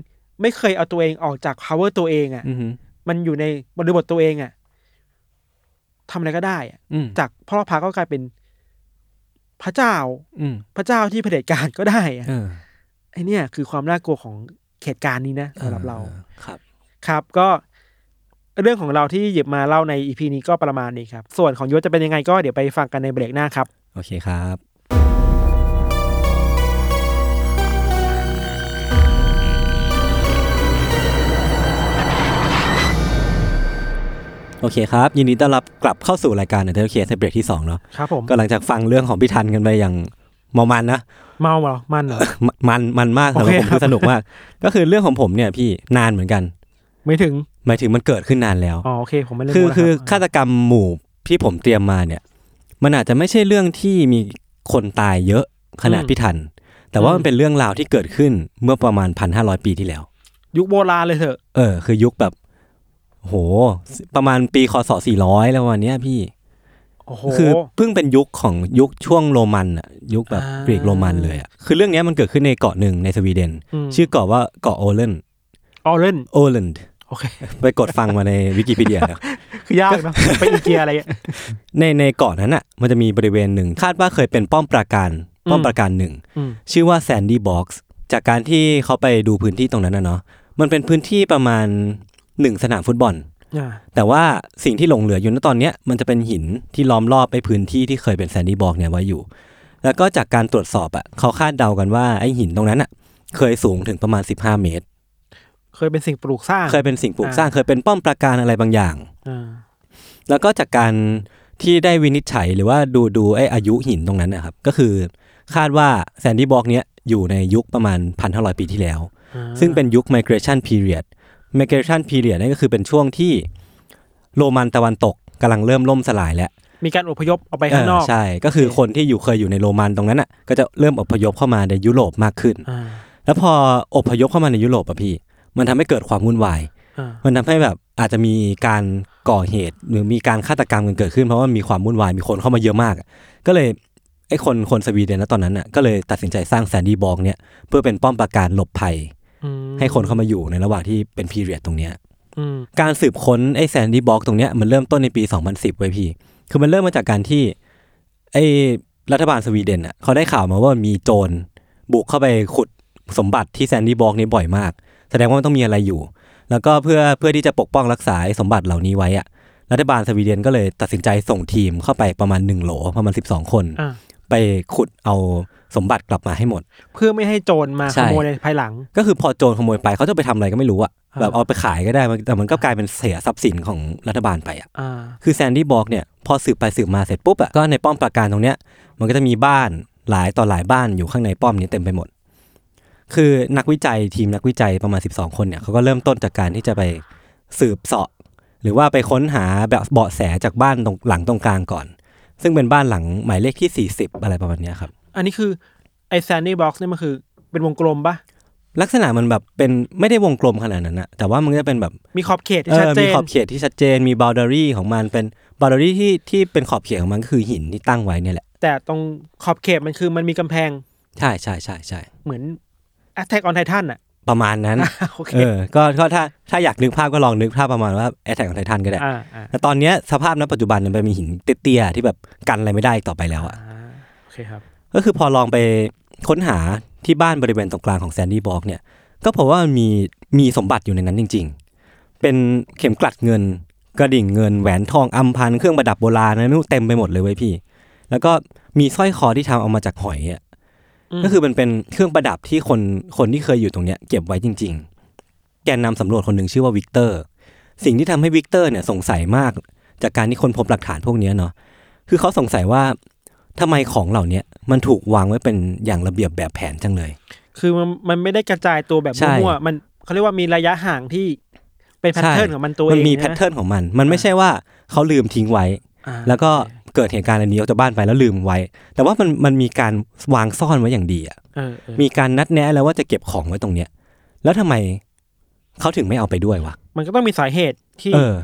Speaker 3: ไม่เคยเอาตัวเองออกจาก power ตัวเองอะ
Speaker 2: อืม
Speaker 3: มันอยู่ในบริบทตัวเองอะทำอะไรก็ได้อะ
Speaker 2: อืม
Speaker 3: จากพ่อพระก็กลายเป็นพระเจ้า
Speaker 2: อืม
Speaker 3: พระเจ้าที่เผด็จการก็ได้อะ
Speaker 2: เออ
Speaker 3: ไอเนี่ยคือความน่ากลัวของเหตุการณ์นี้นะสำหรับเรา
Speaker 2: ออครับ
Speaker 3: ครับ ก็เรื่องของเราที่หยิบมาเล่าในอีพีนี้ก็ประมาณนี้ครับ ส่วนของยศจะเป็นยังไงก็เดี๋ยวไปฟังกันในเบรกหน้าครับ
Speaker 2: โอเคครับ โอเคครับ ยินดีต้อนรับกลับเข้าสู่รายการ The Case ในเบรกที่2เนาะ
Speaker 3: ครับผม
Speaker 2: ก็หลังจากฟังเรื่องของพี่ทันกันไปอย่างเมามันนะ
Speaker 3: เมาเหรอมัน เหรอ
Speaker 2: มมันมันมากสำหรับ
Speaker 3: โอเค
Speaker 2: ผม
Speaker 3: ค
Speaker 2: คื
Speaker 3: รับ
Speaker 2: อสนุก มาก ก็คือเรื่องของผมเนี่ยพี่นานเหมือนกัน
Speaker 3: ไม่ถึง
Speaker 2: หมายถึงมันเกิดขึ้นนานแล้ว
Speaker 3: อ๋อโอเคผมไม่เล่น
Speaker 2: คือ
Speaker 3: มุกแล้ว
Speaker 2: คือ
Speaker 3: รับ
Speaker 2: ฆาตกรรมหมู่ที่ผมเตรียมมาเนี่ย มันอาจจะไม่ใช่เรื่องที่มีคนตายเยอะขนาดพี่ทัน แต่ว่ามันเป็นเรื่องราวที่เกิดขึ้นเมื่อประมาณพันห้าร้อยปีที่แล้ว
Speaker 3: ยุคโบราณเลยเถอะ
Speaker 2: เออ คือยุคแบบโหประมาณปีคศสี่ร้อยแล้ววันเนี้ยพี่
Speaker 3: โอ้โห
Speaker 2: คือเพิ่งเป็นยุคของยุคช่วงโรมันอะยุคแบบ
Speaker 3: อ่าก
Speaker 2: กรีกโรมันเลยอะคือเรื่องเนี้ยมันเกิดขึ้นในเกาะหนึ่งในสวีเดน
Speaker 3: อืม
Speaker 2: ชื่อเกาะว่าเกาะโอเลน
Speaker 3: ออเรน
Speaker 2: โอเลน
Speaker 3: โอเค
Speaker 2: ไปกดฟังมาในวิกิพีเดียนะ
Speaker 3: คือยาก เนอะไปอีเกียอะไรอย่างเงี้ย
Speaker 2: ในในเกาะนั้นอะมันจะมีบริเวณหนึ่งคาดว่าเคยเป็นป้อมปราการ
Speaker 3: อืม
Speaker 2: ป้อมปราการหนึ่ง
Speaker 3: อืม
Speaker 2: ชื่อว่าแซนดี้บ็อกซ์จากการที่เขาไปดูพื้นที่ตรงนั้นนะเนาะมันเป็นพื้นที่ประมาณหนึ่งสนามฟุตบอล
Speaker 3: อ่า
Speaker 2: แต่ว่าสิ่งที่หลงเหลืออยู่ณตอนเนี้ยมันจะเป็นหินที่ล้อมรอบไปพื้นที่ที่เคยเป็นแซนดี้บอกเนี่ยไว้อยู่ แล้วก็จากการตรวจสอบอ่ะเขาคาดเดากันว่าไอ้หินตรงนั้นอ่ะ เคยสูงถึงประมาณ 15 เมตร
Speaker 3: เคยเป็นสิ่งปลูกสร้าง
Speaker 2: เคยเป็นสิ่งปลูกสร้างเคยเป็นป้อมปราการอะไรบางอย่าง
Speaker 3: อ่า
Speaker 2: แล้วก็จากการที่ได้วินิจฉัยหรือว่าดูดูไอ้อายุหินตรงนั้นนะครับ ก็คือคาดว่าแซนดี้บอกเนี้ยอยู่ในยุคประมาณ 1,500 ปีที่แล้ว ซึ่งเป็นยุค migration period migration period นี่นก็คือเป็นช่วงที่โรมันตะวันตกกำลังเริ่มล่มสลายแล้ว
Speaker 3: มีการอพยพออกไปข้างนอก
Speaker 2: เใช่ ก็คือคนที่อยู่เคยอยู่ในโรมันตรงนั้นอ่ะก็จะเริ่มอพยพเข้ามาในยุโรปมากขึ้น
Speaker 3: อ่า
Speaker 2: แล้วพออพยพเข้ามาในยุโรปอะพี่ มันทำให้เกิดความวุ่นวาย
Speaker 3: อ่า
Speaker 2: มันทำให้แบบอาจจะมีการก่อเหตุ หรือมีการฆาตกรรมกันเกิดขึ้นเพราะว่ามีความวุ่นวายมีคนเข้ามาเยอะมากอะก็เลยไอ้คนคนสวีเดนนะตอนนั้นน่ะก็เลยตัดสินใจสร้างแซนดี้บองเนี่ยเพื่อเป็นป้อมปราการหลบภัย
Speaker 3: อืม
Speaker 2: ให้คนเข้ามาอยู่ในระหว่างที่เป็นพีเรียดตรงเนี้ย
Speaker 3: อืม
Speaker 2: การสืบค้นไอ้แซนดี้บองตรงเนี้ยมันเริ่มต้นในปี 2010ไว้ยพี่ คือมันเริ่มมาจากการที่ไอ้รัฐบาลสวีเดนอ่ะเขาได้ข่าวมาว่ามีโจรบุกเข้าไปขุดสมบัติที่แซนดี้บองนี่บ่อยมาก แสดงว่ามันต้องมีอะไรอยู่ แล้วก็เพื่อเพื่อที่จะปกป้องรักษาไอ้สมบัติเหล่านี้ไว้อะรัฐบาลสวีเดนก็เลยตัดสินใจส่งทีมเข้าไปประมาณ 1 โหลประมาณ 12 คน
Speaker 3: อ่า
Speaker 2: ไปขุดเอาสมบัติกลับมาให้หมด
Speaker 3: เพื่อไม่ให้โจรมา
Speaker 2: ใช่
Speaker 3: ขโมยในภายหลัง
Speaker 2: ก็คือพอโจรขโมยไปเขาจะไปทำอะไรก็ไม่รู้อะ
Speaker 3: อ่า
Speaker 2: แบบเอาไปขายก็ได้มันแต่มันก็กลายเป็นเสียทรัพย์สินของรัฐบาลไปอะ
Speaker 3: อ่า
Speaker 2: คือแซนดี้บอกเนี่ยพอสืบไปสืบมาเสร็จปุ๊บอะก็ในป้อมปราการตรงเนี้ยมันก็จะมีบ้านหลายต่อหลายบ้านอยู่ข้างในป้อมนี้เต็มไปหมด คือนักวิจัยทีมนักวิจัยประมาณ 12 คนเนี่ยเขาก็เริ่มต้นจากการที่จะไปสืบเสาะ หรือว่าไปค้นหาแบบเบาะแสจากบ้านตรงหลังตรงกลางก่อน ซึ่งเป็นบ้านหลังหมายเลขที่ 40 อะไรประมาณเนี้ยครับ
Speaker 3: อันนี้คือไอแซนดี้บ็อกซ์เนี่ยมันคือเป็นวงกลมปะ
Speaker 2: ลักษณะมันแบบเป็นไม่ได้วงกลมขนาดนั้นนะแต่ว่ามันก็จะเป็นแบบ
Speaker 3: มีขอบเขตที่
Speaker 2: เอ
Speaker 3: ชัด
Speaker 2: อ
Speaker 3: เจ
Speaker 2: มี
Speaker 3: น
Speaker 2: ขอบเขตที่ชัดเจน มีบ o ลเดอรี่ของมัน เป็นบ o ลเดอรี่ที่ที่เป็นขอบเขตของมันก็คือหินที่ตั้งไว้เนี่ยแหละ
Speaker 3: แต่ตรงขอบเขตมันคือมันมีกำแพง
Speaker 2: ใช่ใช่ใช่ใช่
Speaker 3: เหมือน Attack on Titan อ่ะ
Speaker 2: ประมาณนั้น
Speaker 3: โอเค
Speaker 2: เออ ก็ก็ถ้าถ้าอยากนึกภาพก็ลองนึกภาพประมาณว่าแอ t แทกของไททันก็ได้
Speaker 3: อ่าอ่า
Speaker 2: แต่ตอนเนี้ยสภาพณปัจจุบันมันเป็นมีหินเตี้ยๆที่แบบกันอะไรไม่ได้อีกต่อไปแล้วอะ
Speaker 3: อ่าโอเคครับ
Speaker 2: ก็คือพอลองไปค้นหาที่บ้านบริเวณตรงกลางของแซนดี้บอกเนี่ย ก็พบว่ามีมีสมบัติอยู่ในนั้นจริง ๆ เป็นเข็มกลัดเงิน กระดิ่งเงินแหวนทองอำพันเครื่องประดับโบราณนะไม่รู้เต็มไปหมดเลยเว้ยพี่ แล้วก็มีสร้อยคอที่ทำเอามาจากหอยอ่ะก็คือมันเป็นเครื่องประดับที่คนคนที่เคยอยู่ตรงเนี้ยเก็บไว้จริง ๆ แกนนำสำรวจคนหนึ่งชื่อว่าวิกเตอร์ สิ่งที่ทำให้วิกเตอร์เนี่ยสงสัยมาก จากการที่คนพบหลักฐานพวกเนี้ยเนาะคือเขาสงสัยว่า ทำไมของเหล่าเนี้ยมันถูกวางไว้เป็นอย่างระเบียบแบบแผนจังเลย
Speaker 3: คือมันมันไม่ได้กระจายตัวแบบ
Speaker 2: ใช่
Speaker 3: มั่วๆมันเขาเรียกว่ามีระยะห่างที่เป็นแพทเทิร์นของมันตัวเอง
Speaker 2: มันมี
Speaker 3: ใช่ไห
Speaker 2: แพทเทิร์นของมัน มันไม่ใช่ว่าเขาลืมทิ้งไว้
Speaker 3: อ่า
Speaker 2: แล้วก็เกิดเหตุการณ์อันนี้ออกจากบ้านไปแล้วลืมไว้ แต่ว่ามันมันมีการวางซ่อนไว้อย่างดีอะ
Speaker 3: เออเออ
Speaker 2: มีการนัดแนะแล้วว่าจะเก็บของไว้ตรงเนี้ย แล้วทำไมเขาถึงไม่เอาไปด้วยวะ
Speaker 3: มันก็ต้องมีสาเหตุที่
Speaker 2: เออ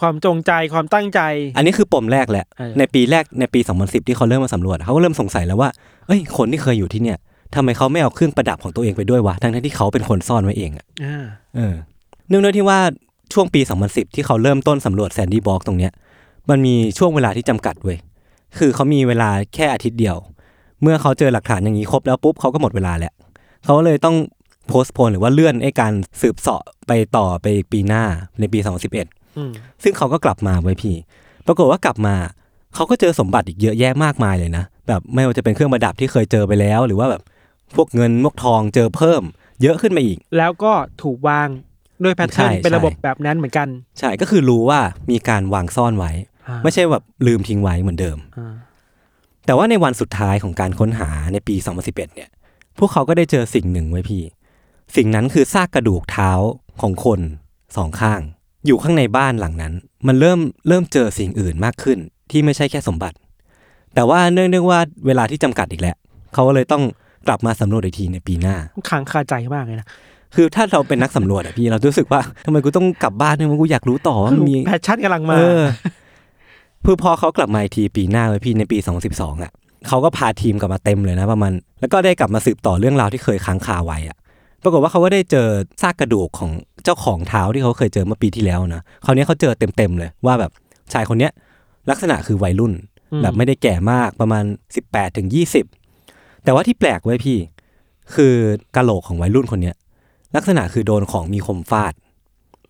Speaker 3: ความจงใจความตั้งใจ
Speaker 2: อันนี้คือปมแรกแหละ
Speaker 3: เออ
Speaker 2: ในปีแรกในปี 2010 ที่เขาเริ่มมาสำรวจเขาก็เริ่มสงสัยแล้วว่า เอ้ย คนที่เคยอยู่ที่เนี่ยทำไมเขาไม่เอาเครื่องประดับของตัวเองไปด้วยวะ ทั้งๆที่เขาเป็นคนซ่อนไว้เองอะ
Speaker 3: อ่า
Speaker 2: เออเนื่องด้วยที่ว่าช่วงปี 2010 ที่เขาเริ่มต้นสำรวจแซนดี้บอกตรงเนี้ย มันมีช่วงเวลาที่จำกัดเว้ย คือเขามีเวลาแค่อาทิตย์เดียว เมื่อเขาเจอหลักฐานอย่างนี้ครบแล้วปุ๊บเขาก็หมดเวลาแล้ว เขาเลยต้องโพสต์โพนหรือว่าเลื่อนไอ้การสืบเสาะไปต่อไปปีหน้าในปี 2011
Speaker 3: อืม
Speaker 2: ซึ่งเขาก็กลับมาเว้ยพี่ ปรากฏว่ากลับมาเขาก็เจอสมบัติอีกเยอะแยะมากมายเลยนะ แบบไม่ว่าจะเป็นเครื่องประดับที่เคยเจอไปแล้ว หรือว่าแบบพวกเงินพวกทองเจอเพิ่ม เยอะขึ้นมาอีก
Speaker 3: แล้วก็ถูกวางด้วยแพทเทิร์น
Speaker 2: ใช่
Speaker 3: เป็นระบบ
Speaker 2: ใช่
Speaker 3: แบบนั้นเหมือนกัน
Speaker 2: ใช่ ก็คือรู้ว่ามีการวางซ่อนไว้
Speaker 3: อ่า
Speaker 2: ไม่ใช่แบบลืมทิ้งไว้เหมือนเดิม
Speaker 3: อ่า
Speaker 2: แต่ว่าในวันสุดท้ายของการค้นหาในปี 2011 เนี่ย พวกเขาก็ได้เจอสิ่งหนึ่งไว้พี่ สิ่งนั้นคือซากกระดูกเท้าของคนสองข้าง อยู่ข้างในบ้านหลังนั้น มันเริ่มเริ่มเจอสิ่งอื่นมากขึ้น ที่ไม่ใช่แค่สมบัติ แต่ว่าเนื่องด้วยว่าเวลาที่จำกัดอีกแล้วเขาก็เลยต้องกลับมาสำรวจอีกทีในปีหน้า
Speaker 3: ค้างคาใจมากเลยนะ
Speaker 2: คือถ้าเราเป็นนักสำรวจอะพี่เรารู้สึกว่าทำไมกูต้องกลับบ้านเนี่ยกูอยากรู้ต่อว่ามันมี
Speaker 3: แพทเทิร์นกำลังมา
Speaker 2: เออคือพอเขากลับมาอีกทีปีหน้าเลยพี่ในปี 2012 อ่ะ เขาก็พาทีมกลับมาเต็มเลยนะประมาณ แล้วก็ได้กลับมาสืบต่อเรื่องราวที่เคยค้างคาไว้อ่ะ ปรากฏว่าเขาก็ได้เจอซากกระดูกของเจ้าของเท้าที่เขาเคยเจอเมื่อปีที่แล้วนะ คราวนี้เขาเจอเต็มๆเลยว่าแบบชายคนเนี้ยลักษณะคือวัยรุ่น แบบไม่ได้แก่มากประมาณ 18ถึง20 แต่ว่าที่แปลกไว้ยพี่ คือกะโหลกของวัยรุ่นคนเนี้ยลักษณะคือโดนของมีคมฟาด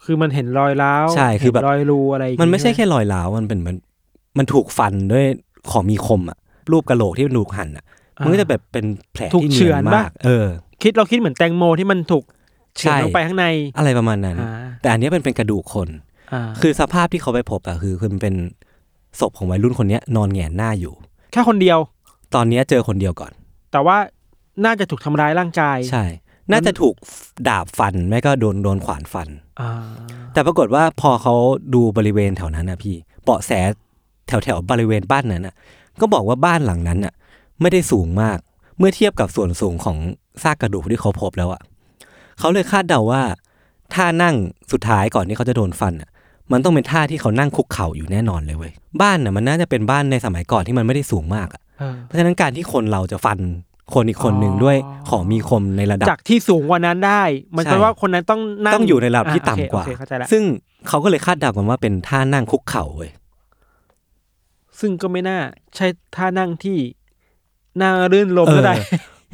Speaker 3: คือมันเห็นรอยร้าว
Speaker 2: ใช่คือแบบ
Speaker 3: เห็นรอยรูอะไรอย่าง
Speaker 2: มัน
Speaker 3: งี้
Speaker 2: ไม่ใช่
Speaker 3: ด้ว
Speaker 2: แค่
Speaker 3: ย
Speaker 2: รอยร้าวมันเป็นเหมันมันถูกฟันด้วยของมีคมอะรูปกระโหลกที่มันถูกหั่นอะ
Speaker 3: อ่า
Speaker 2: มันก็จะแบบเป็นแผล
Speaker 3: ถูก
Speaker 2: ที่
Speaker 3: เฉื
Speaker 2: เนีย
Speaker 3: อน นปะ
Speaker 2: มาก เออ
Speaker 3: คิดเราคิดเหมือนแตงโมที่มันถูกเฉือน
Speaker 2: ใช่
Speaker 3: ลงไปข้างใน
Speaker 2: อะไรประมาณนั้น
Speaker 3: อ่า
Speaker 2: แต่อันเนี้ยมันเป็นกระดูกคน
Speaker 3: อ่า
Speaker 2: คือสภาพที่เขาไปพบอะคือคือมันเป็นศพของวัยรุ่นคนเนี้ยนอนแหงนหน้าอยู่
Speaker 3: แค่คนเดียว
Speaker 2: ตอนเนี้ยเจอคนเดียวก่อน
Speaker 3: แต่ว่าน่าจะถูกทำร้ายร่างกาย
Speaker 2: ใช่ น่าจะถูกดาบฟันไม่ก็โดนโดนขวานฟัน
Speaker 3: อ่า
Speaker 2: แต่ปรากฏว่าพอเขาดูบริเวณแถวนั้นนะพี่เบาะแสแถวแถวๆบริเวณบ้านนั้นน่ะ ก็บอกว่าบ้านหลังนั้นน่ะ ไม่ได้สูงมากเมื่อเทียบกับส่วนสูงของซากกระดูกที่เขาพบแล้วอ่ะเขาเลยคาดเดาว่าท่านั่งสุดท้ายก่อนที่เขาจะโดนฟันน่ะ มันต้องเป็นท่าที่เขานั่งคุกเข่าอยู่แน่นอนเลยเว้ยบ้านน่ะมันน่าจะเป็นบ้านในสมัยก่อนที่มันไม่ได้สูงมากอะ
Speaker 3: เออ
Speaker 2: เพราะฉะนั้นการที่คนเราจะฟันคนอีกคนหนึ่งด้วยของมีคมในระดับ
Speaker 3: จากที่สูงกว่านั้นได้ มัน
Speaker 2: ใช่
Speaker 3: แปลว่าคนนั้นต้องนั่ง
Speaker 2: ต้องอยู่ในระดับที่ต่ำกว่า
Speaker 3: อ่โอเคโอเคเข้าใจละ
Speaker 2: ซึ่งเขาก็เลยคาดเดากันว่าเป็นท่านั่งคุกเข่าเว้ย
Speaker 3: ซึ่งก็ไม่น่า ใช่ท่านั่งที่น่ารื่นลม
Speaker 2: เออ
Speaker 3: ก็ได้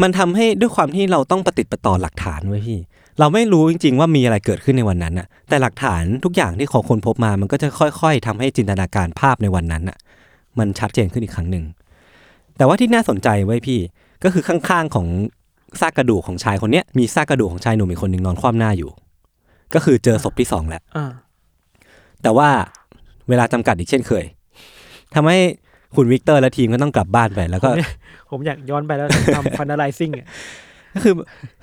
Speaker 2: มันทำให้ด้วยความที่เราต้องประติดประต่อหลักฐานไว้ยพี่ เราไม่รู้จริง ๆ ว่ามีอะไรเกิดขึ้นในวันนั้นน่ะ แต่หลักฐานทุกอย่างที่ของคนพบมา มันก็จะค่อย ๆทำให้จินตนาการภาพในวันนั้นน่ะ มันชัดเจนขึ้นอีกครั้งหนึ่ง แต่ว่าที่น่าสนใจไว้ยพี่ ก็คือข้างๆของซากกระดูกของชายคนเนี้ยมีซากกระดูกของชายหนุ่มอีกคนหนึ่งนอนคว่ำหน้าอยู่ ก็คือเจอศพที่สองแล้ว
Speaker 3: อ่า
Speaker 2: แต่ว่าเวลาจำกัดอีกเช่นเคยทำให้คุณวิกเตอร์และทีมก็ต้องกลับบ้านไปแล้วก็
Speaker 3: ผมอยากย้อนไปแล้วทำฟันอะไร ซิ่งอ่ะ
Speaker 2: ก็คือ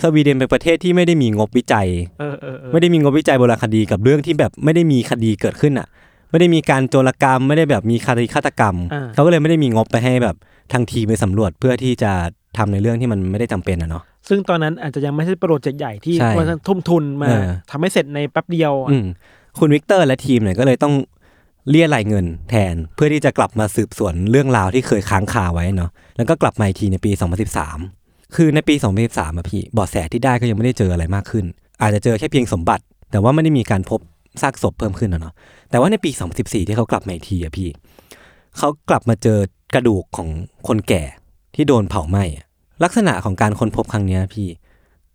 Speaker 2: สวีเดนเป็นประเทศที่ไม่ได้มีงบวิจัย
Speaker 3: เออเออเออ
Speaker 2: ไม่ได้มีงบวิจัยโบราณคดีกับเรื่องที่แบบไม่ได้มีคดีเกิดขึ้นอ่ะ ไม่ได้มีการโจรกรรม ไม่ได้แบบมีคดีฆาตกรรม
Speaker 3: า
Speaker 2: เขาก็เลยไม่ได้มีงบไปให้แบบทางทีมไปสำรวจเพื่อที่จะทำในเรื่องที่มันไม่ได้จำเป็นอะเนาะ
Speaker 3: ซึ่งตอนนั้นอาจจะยังไม่ใช่โปรเจกต์ใหญ่ที่
Speaker 2: ใช่
Speaker 3: มันทุ่มทุนมา
Speaker 2: เออ
Speaker 3: ทำให้เสร็จในแป๊บเดียวอะ
Speaker 2: อืมคุณวิกเตอร์และทีมเนี่ยก็เลยต้องเรียรายเงินแทน เพื่อที่จะกลับมาสืบสวนเรื่องราวที่เคยค้างคาไว้เนาะแล้วก็กลับมาอีกทีในปี 2013 คือในปี 2013อะพี่เบาะแสที่ได้ก็ยังไม่ได้เจออะไรมากขึ้น อาจจะเจอแค่เพียงสมบัติ แต่ว่าไม่ได้มีการพบซากศพเพิ่มขึ้นอะเนาะแต่ว่าในปี 2014 ที่เขากลับมาอีกทีอะพี่เขากลับมาเจอกระดูกของคนแก่ที่โดนเผาไหม้อะลักษณะของการค้นพบครั้งเนี้ยพี่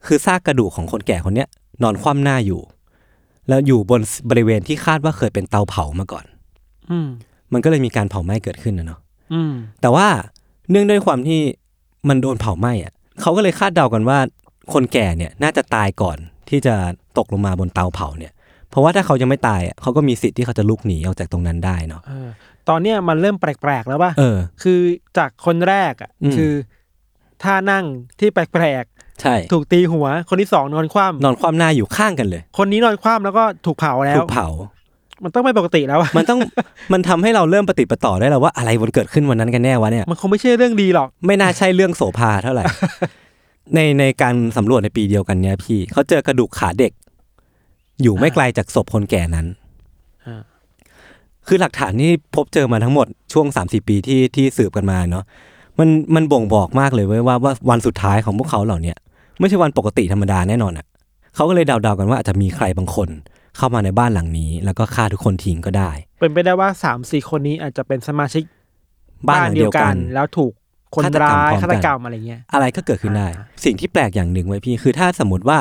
Speaker 2: คือซากกระดูกของคนแก่คนเนี้ยนอนคว่ำหน้าอยู่ แล้วอยู่บนบริเวณที่คาดว่าเคยเป็นเตาเผามาก่อน
Speaker 3: อืม
Speaker 2: มันก็เลยมีการเผาไหม้เกิดขึ้นนะเนาะ
Speaker 3: อืม
Speaker 2: แต่ว่าเนื่องด้วยความที่มันโดนเผาไหม้อะเขาก็เลยคาดเดากันว่า คนแก่เนี่ยน่าจะตายก่อนที่จะตกลงมาบนเตาเผาเนี่ย เพราะว่าถ้าเขายังไม่ตายอะเขาก็มีสิทธิ์ที่เขาจะลุกหนีออกจากตรงนั้นได้เนาะ
Speaker 3: เออ ตอนเนี้ยมันเริ่มแปลกๆแล้วป่ะ
Speaker 2: เออ
Speaker 3: คือจากคนแรกอ่ะ
Speaker 2: อืม
Speaker 3: คือท่านั่งที่แปลก
Speaker 2: ใช่
Speaker 3: ๆถูกตีหัว คนที่สองนอนคว่
Speaker 2: นอนความหน้าอยู่ข้างกันเลย
Speaker 3: ำคนนี้นอนคว่ำแล้วก็ถูกเผาแล้
Speaker 2: ถู
Speaker 3: ว
Speaker 2: กเผา
Speaker 3: มันต้องไม่ปกติแล้วอะ
Speaker 2: มันต้อง มันทำให้เราเริ่มปฏิดประต่อได้แล้วว่าอะไรมันเกิดขึ้นวันนั้นกันแน่วะเนี่ย
Speaker 3: มันคงไม่ใช่เรื่องดีหรอก
Speaker 2: ไม่น่าใช่เรื่องโสภาเท่า ไหร่ ในในการสำรวจในปีเดียวกันเนี้ยพี่เขาเจอกระดูกขาเด็ก อยู่ไม่ไกลจากศพคนแก่นั้น
Speaker 3: อ่า
Speaker 2: คือหลักฐานที่พบเจอมาทั้งหมดช่วง3ามสี่ปีที่ที่สืบกันมาเนาะมันมันบ่งบอกมากเลยเว้ยว่าว่าวันสุดท้ายของพวกเขาเหล่าเนี้ยไม่ใช่วันปกติธรรมดาแน่นอนอะ่ะเขาก็เลยเดาๆกันว่าอาจจะมีใครบางคน เข้ามาในบ้านหลังนี้ แล้วก็ฆ่าทุกคนทิ้งก็ได้
Speaker 3: เป็นไปได้ว่าสามสี่คนนี้อาจจะเป็นสมาชิก
Speaker 2: บ้านหลังเดียวกัน
Speaker 3: แล้วถูกคน
Speaker 2: ฆาตกรรม
Speaker 3: ร้าย
Speaker 2: พร้อมกัน
Speaker 3: ฆาตกรรมอะไรเงี้ย
Speaker 2: อะไรก็เกิดขึ้นได้
Speaker 3: อ่า
Speaker 2: สิ่งที่แปลกอย่างหนึ่งไว้พี่ คือถ้าสมมติว่า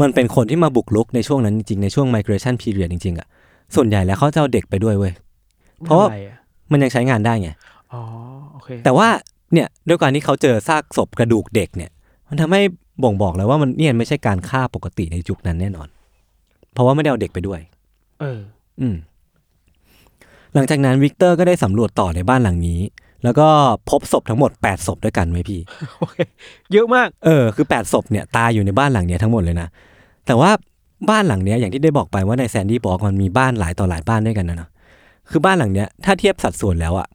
Speaker 2: มันเป็นคนที่มาบุกรุกในช่วงนั้นจริงๆ ในช่วง migration period จริงๆอะส่วนใหญ่แล้วเขาจะเอาเด็กไปด้วยเว้ย เพราะว่า
Speaker 3: อไอ
Speaker 2: มันยังใช้งานได้ไง
Speaker 3: อ๋อโอเค
Speaker 2: แต่ว่าเนี่ยด้วยการที่เขาเจอซากศพกระดูกเด็กเนี่ย มันทำให้บ่งบอกแล้วว่ามันเนี่ยไม่ใช่การฆ่าปกติในยุคนั้นแน่นอน เพราะว่าไม่ได้เอาเด็กไปด้วย
Speaker 3: เอ อ
Speaker 2: อืม หลังจากนั้นวิกเตอร์ก็ได้สำรวจต่อในบ้านหลังนี้ แล้วก็พบศพทั้งหมดแปดศพด้วยกันไว้พี่
Speaker 3: โอเค เยอะมาก
Speaker 2: เออคือ 8ศพเนี่ยตายอยู่ในบ้านหลังเนี้ยทั้งหมดเลยนะ แต่ว่าบ้านหลังเนี้ยอย่างที่ได้บอกไปว่าในแซนดี้บอกมันมีบ้านหลายต่อหลายบ้านด้วยกันนะเนาะคือบ้านหลังเนี้ยถ้าเทียบสัดส่วนแล้วอะ่ะ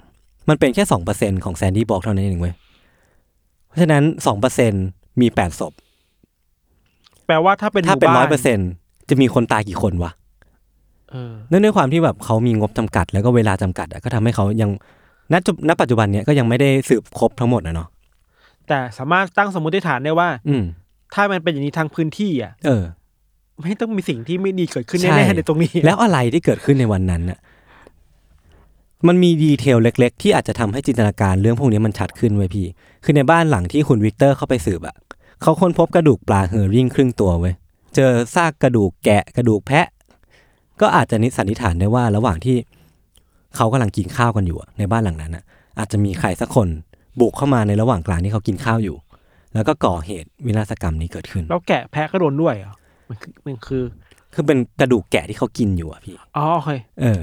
Speaker 2: มันเป็นแค่สองเปอร์เซ็นของแซนดี้บอกเท่านั้นเองเว้ยเพราะฉะนั้นสองเปอร์เซ็นมีแปดศพ
Speaker 3: แปลว่าถ้าเป็น
Speaker 2: ถ้าเป็น
Speaker 3: ห
Speaker 2: ร้
Speaker 3: มู่บ้
Speaker 2: อยเปอร์เซ็นจะมีคนตายกี่คนวะ
Speaker 3: เออ
Speaker 2: เนื่องด้วยความที่แบบเขามีงบจำกัด แล้วก็เวลาจำกัดอะก็ทำให้เขายังณจุณปัจจุบันเนี้ยก็ยังไม่ได้สืบครบทั้งหมดนะเนาะ
Speaker 3: แต่สามารถตั้งสมมติฐานได้ว่า
Speaker 2: อืม
Speaker 3: ถ้ามันเป็นอย่างนี้ทางพื้นที่อ่ะ
Speaker 2: เออ
Speaker 3: ไม่ต้องมีสิ่งที่ไม่ดีเกิดขึ้น
Speaker 2: ใช่
Speaker 3: แน่ๆในตรงนี้
Speaker 2: แล้วอะไรที่เกิดขึ้นในวันนั้นน่ะ มันมีดีเทลเล็ก ๆ ที่อาจจะทำให้จินตนาการเรื่องพวกนี้มันชัดขึ้นเว้ยพี่ คือในบ้านหลังที่คุณวิกเตอร์เข้าไปสืบอะเขาค้นพบกระดูกปลาเฮอริ่งครึ่งตัวเว้ย เจอซากกระดูกแกะกระดูกแพะ ก็อาจจะนิสันนิษฐานได้ว่าระหว่างที่เขากำลังกินข้าวกันอยู่อะในบ้านหลังนั้นอะอาจจะมีใครสักคนบุกเข้ามาในระหว่างกลางที่เขากินข้าวอยู่ แล้วก็ก่อเหตุวินาศกรรมนี้เกิดขึ้น
Speaker 3: แล้วแกะแพะก็โดนด้วยเหรอมันคือมันคือ
Speaker 2: คือเป็นกระดูกแกะที่เขากินอยู่อะพี่
Speaker 3: อ๋อโอเค
Speaker 2: เออ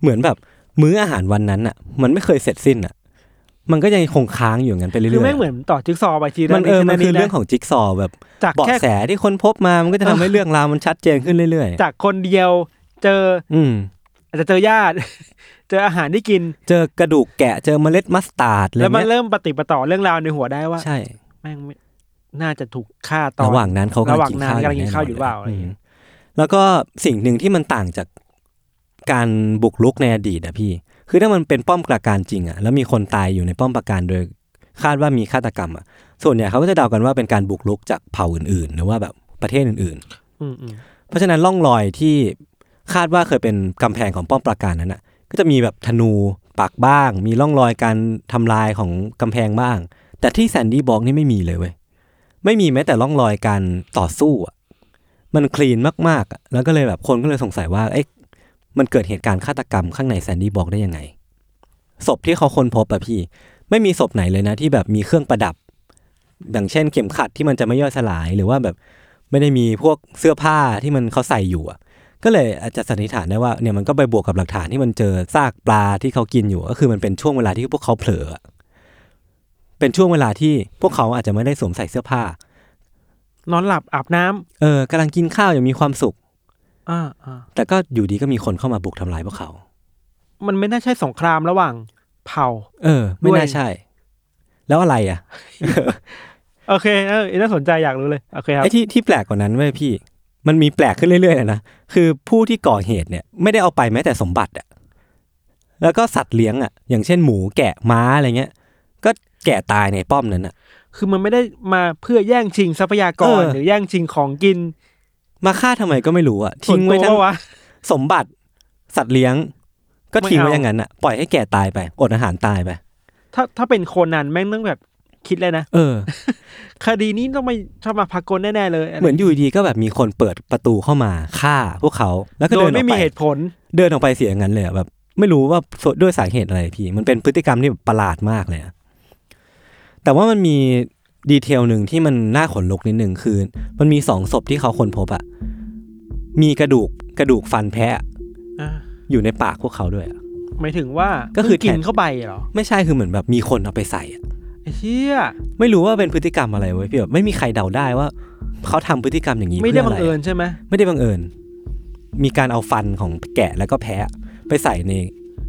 Speaker 2: เหมือนแบบมื้ออาหารวันนั้นอะมันไม่เคยเสร็จสิ้นอะมันก็ยังคงค้างอยู่อย่างนั้นไปเรื่อยๆ
Speaker 3: คือแม่งเหมือนต่อจิ๊กซอว์ไปทีละ
Speaker 2: มันเออ
Speaker 3: ที
Speaker 2: มั
Speaker 3: ละ
Speaker 2: นคือ
Speaker 3: ดะ
Speaker 2: เรื่องของจิ๊กซอว์แบบ
Speaker 3: จาก
Speaker 2: เบาะ
Speaker 3: แค่
Speaker 2: แสที่คนพบมา มันก็จะทำให้เรื่องราวมันชัดเจนขึ้นเรื่อย
Speaker 3: จากคนเดียวเจอ
Speaker 2: ๆ อืม
Speaker 3: อาจจะเจอญาติ เจออาหารที่กิน
Speaker 2: เจอกระดูกแกะ เจอเมล็ดมัสตาร์ดอะไร
Speaker 3: แล้วมัน
Speaker 2: เงี้ย
Speaker 3: เริ่มปฏิดปะต่อเรื่องราวในหัวได้ว่า
Speaker 2: ใช่
Speaker 3: แม่งไม่น่าจะถูกฆ่าตอน
Speaker 2: ระหว่างนั้นเขากำลังกินข้าว
Speaker 3: ระหว่างนั้นกำลังกินข้าวอยู่
Speaker 2: แน่นน
Speaker 3: เปล่าอะไรอย่างเงี้
Speaker 2: ม
Speaker 3: ย
Speaker 2: แล้วก็สิ่งหนึ่งที่มันต่างจากการบุกรุกในอดีตอะพี่ คือถ้ามันเป็นป้อมปราการจริงอะแล้วมีคนตายอยู่ในป้อมปราการโดยคาดว่ามีฆาตกรรมอะส่วนใหญ่เขาก็จะเดากันว่าเป็นการบุกรุกจากเผ่าอื่นๆ หรือว่าแบบประเทศอื่นๆ
Speaker 3: อืมอืม
Speaker 2: เพราะฉะนั้นร่องรอยที่คาดว่าเคยเป็นกำแพงของป้อมปราการนั้นน่ะ ก็จะมีแบบธนูปักบ้าง มีร่องรอยการทำลายของกำแพงบ้าง แต่ที่แซนดี้บอกนี่ไม่มีเลยเว้ยไม่มีแม้แต่ร่องรอยการต่อสู้อ่ะมันคลีนมากๆอะแล้วก็เลยแบบคนก็เลยสงสัยว่าเอ๊ะมันเกิดเหตุการณ์ฆาตกรรมข้างในแซนดี้บอกได้ยังไง ศพที่เขาค้นพบอะพี่ ไม่มีศพไหนเลยนะ ที่แบบมีเครื่องประดับ อย่างเช่น เข็มขัดที่มันจะไม่ย่อยสลายหรือว่าแบบ ไม่ได้มีพวกเสื้อผ้าที่มันเขาใส่อยู่อะก็เลยอาจจะสันนิษฐานได้ว่าเนี่ยมันก็ไปบวกกับหลักฐานที่มันเจอซากปลาที่เขากินอยู่ก็คือมันเป็นช่วงเวลาที่พวกเขาเผลออะเป็นช่วงเวลาที่พวกเขาอาจจะไม่ได้สวมใส่เสื้อผ้า
Speaker 3: นอนหลับอาบน้ำ
Speaker 2: เออกำลังกินข้าวอย่างมีความสุข
Speaker 3: อ่าอ่า
Speaker 2: แต่ก็อยู่ดีก็มีคนเข้ามาบุกทำลายพวกเขา
Speaker 3: มันไม่น่าใช่สงครามระหว่างเผ่า
Speaker 2: เออ ไม่
Speaker 3: ด้วย
Speaker 2: น่าใช่ แล้วอะไรอ่ะ
Speaker 3: โอเคเออน่าสนใจอยากรู้เลยโอเคครับ
Speaker 2: ไอ้ที่ที่แปลกกว่านั้นเว้ยพี่ มันมีแปลกขึ้นเรื่อยๆเลยนะ คือผู้ที่ก่อเหตุเนี่ยไม่ได้เอาไปแม้แต่สมบัติอะแล้วก็สัตว์เลี้ยงอะอย่างเช่นหมูแกะม้าอะไรเงี้ย ก็แกะตายในป้อมนั้นอะ
Speaker 3: คือมันไม่ได้มาเพื่อแย่งชิงทรัพยากร
Speaker 2: เออ
Speaker 3: หรือแย่งชิงของกิน
Speaker 2: มาฆ่าทำไมก็ไม่รู้อะทิ้งไว้
Speaker 3: ส่น
Speaker 2: ทั้
Speaker 3: ตั
Speaker 2: ง
Speaker 3: วะ
Speaker 2: สมบัติ สัตว์เลี้ยง ก็ทิ้งไว้
Speaker 3: ไม่เอา
Speaker 2: อย่างนั้นอะปล่อยให้แกะตายไป อดอาหารตายไป
Speaker 3: ถ้าถ้าเป็นโคนันแม่งต้องแบบคิดเลยนะ
Speaker 2: เออ
Speaker 3: คดีนี้ต้องไม่ชอบมาพากลแน่ๆเลยะไร
Speaker 2: เหมือนอยู่ดีๆก็แบบมีคนเปิดประตูเข้ามาฆ่าพวกเขา แล้วก็
Speaker 3: โด
Speaker 2: เดิ
Speaker 3: ย
Speaker 2: นออกไป
Speaker 3: ไม่มีเหตุผล
Speaker 2: เดินออกไปเสียอย่างนั้นเลยอะแบบไม่รู้ว่าด้วยสาเหตุอะไรพี่ มันเป็นพฤติกรรมที่แบบประหลาดมากเลยอะแต่ว่ามันมีดีเทลหนึ่งที่มันน่าขนลุกนิดหนึ่งคือ มันมีสองศพที่เขาค้นพบอะมีกระดูกกระดูกฟันแพะ
Speaker 3: อ่า
Speaker 2: อยู่ในปากพวกเขาด้วยอะ
Speaker 3: หมายถึงว่า
Speaker 2: ก็คือ
Speaker 3: เพิ่งกิน
Speaker 2: แทน
Speaker 3: เข้าไปเหรอ
Speaker 2: ไม่ใช่คือเหมือนแบบมีคนเอาไปใส่อะ
Speaker 3: ไอ้เชี่ย
Speaker 2: ไม่รู้ว่าเป็นพฤติกรรมอะไรเว้ยพี่แบบไม่มีใครเดาได้ว่า เขาทำพฤติกรรมอย่างนี้
Speaker 3: ไม่ได้บังเอิ
Speaker 2: พื่ะร
Speaker 3: ญใช่ไหม
Speaker 2: ไม่ได้บังเอิญ มีการเอาฟันของแกะแล้วก็แพะไปใส่ใน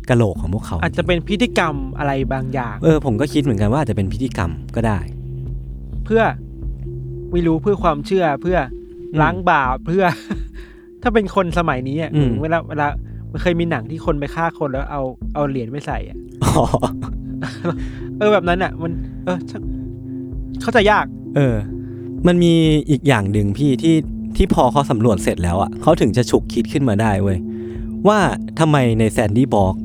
Speaker 2: กะโหลกของพวกเขา
Speaker 3: อาจจะเป็นพิธีกรรมอะไรบางอย่าง
Speaker 2: เออผมก็คิดเหมือนกันว่าอาจจะเป็นพิธีกรรมก็ได้
Speaker 3: เพื่อไม่รู้เพื่อความเชื่อเพื่ออ
Speaker 2: ม
Speaker 3: ล้างบาป เพื่อ ถ้าเป็นคนสมัยนี้อะ
Speaker 2: อืม
Speaker 3: เวลาเวลามันเคยมีหนังที่คนไปฆ่าคนแล้วเอาเอาเหรียญไปใส่อะ
Speaker 2: อ๋อ
Speaker 3: เออแบบนั้นอ่ะ มัน เออช่างเข้าใจยาก
Speaker 2: เออ มันมีอีกอย่างหนึ่งพี่ที่ที่พอเขาสำรวจเสร็จแล้วอ่ะเขาถึงจะฉุกคิดขึ้นมาได้เว้ยว่าทำไมในแซนดี้บอก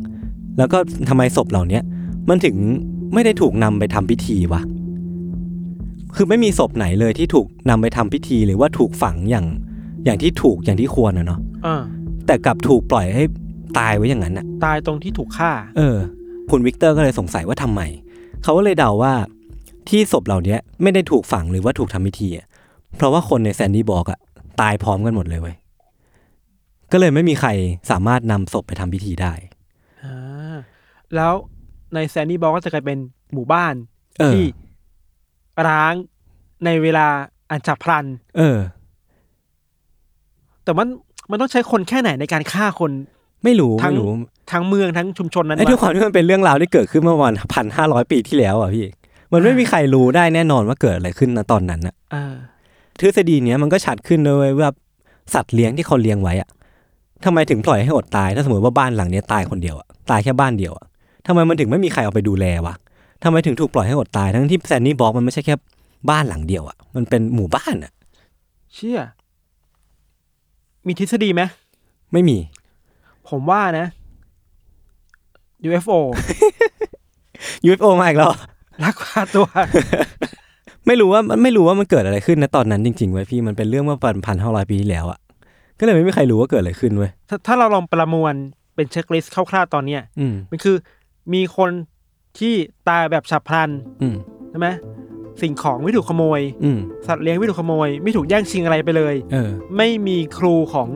Speaker 2: แล้วก็ทำไมศพเหล่าเนี้ยมันถึงไม่ได้ถูกนำไปทำพิธีวะ คือไม่มีศพไหนเลยที่ถูกนำไปทำพิธีหรือว่าถูกฝังอย่างอย่างที่ถูกอย่างที่ควรนะเนาะ
Speaker 3: เออ
Speaker 2: แต่กลับถูกปล่อยให้ตายไว้อย่างนั้นอ่ะ
Speaker 3: ตายตรงที่ถูกฆ่า
Speaker 2: เออ คุณวิกเตอร์ก็เลยสงสัยว่าทำไม เขาก็เลยเดาว่าที่ศพเหล่าเนี้ยไม่ได้ถูกฝังหรือว่าถูกทำพิธีอะเพราะว่าคนในแซนดี้บอกอะตายพร้อมกันหมดเลยเว้ย ก็เลยไม่มีใครสามารถนำศพไปทำพิธีได้
Speaker 3: อ่าแล้วในแซนดี้บอกก็จะกลายเป็นหมู่บ้าน
Speaker 2: เออ
Speaker 3: ที่ร้างในเวลาอันฉับพลัน
Speaker 2: เออ
Speaker 3: แต่มันมันต้องใช้คนแค่ไหนในการฆ่าคน
Speaker 2: ไม่รู้
Speaker 3: ทั้ง
Speaker 2: ไม่รู้
Speaker 3: ทั้งเมืองทั้งชุมชนนั้น
Speaker 2: ไอ้ด้วยคว
Speaker 3: ะ
Speaker 2: วามที่มันเป็นเรื่องราวที่เกิดขึ้นเมื่อวันพันห้าร้อยปีที่แล้วอะพี่ มันไม่มีใครรู้ได้แน่นอนว่าเกิดอะไรขึ้นนะตอนนั้นอะ
Speaker 3: เออ
Speaker 2: ทฤษฎีเนี้ยมันก็ชัดขึ้นด้วยเวยว่าสัตว์เลี้ยงที่เขาเลี้ยงไว้อะทำไมถึงปล่อยให้อดตาย ถ้าสมมติว่าบ้านหลังเนี้ยตายคนเดียวอะตายแค่บ้านเดียวอะทำไมมันถึงไม่มีใครเอาไปดูแลวะทำไมถึงถูกปล่อยให้อดตายทั้งที่แซนนี่บอกมันไม่ใช่แค่บ้านหลังเดียวอะมันเป็นหมู่บ้านอะ
Speaker 3: เชื่อ มีทฤษฎีไหม
Speaker 2: ไม่มี
Speaker 3: ผมว่านะ UFO
Speaker 2: UFO มาอีกแล้ว
Speaker 3: ลักพาตัว
Speaker 2: ไม่รู้ว่ามันไม่รู้ว่ามันเกิดอะไรขึ้นนะตอนนั้นจริงๆไว้ยพี่มันเป็นเรื่องเมื่อพันพันห้าร้อยปีที่แล้วอะ ก็เลยไม่มีใครรู้ว่าเกิดอะไรขึ้นเว้ย
Speaker 3: ถ้าถ้าเราลองประมวลเป็นเช็คลิสต์คร่าวๆตอนเนี้ย
Speaker 2: อืม
Speaker 3: มันคือมีคนที่ตายแบบฉับพลัน
Speaker 2: อืม
Speaker 3: ใช่ไหมสิ่งของไม่ถูกขโมย
Speaker 2: อืม
Speaker 3: สัตว์เลี้ยงไม่ถูกขโมย ไม่ถูกแย่งชิงอะไรไปเลย
Speaker 2: เออ
Speaker 3: ไม่มีครูของ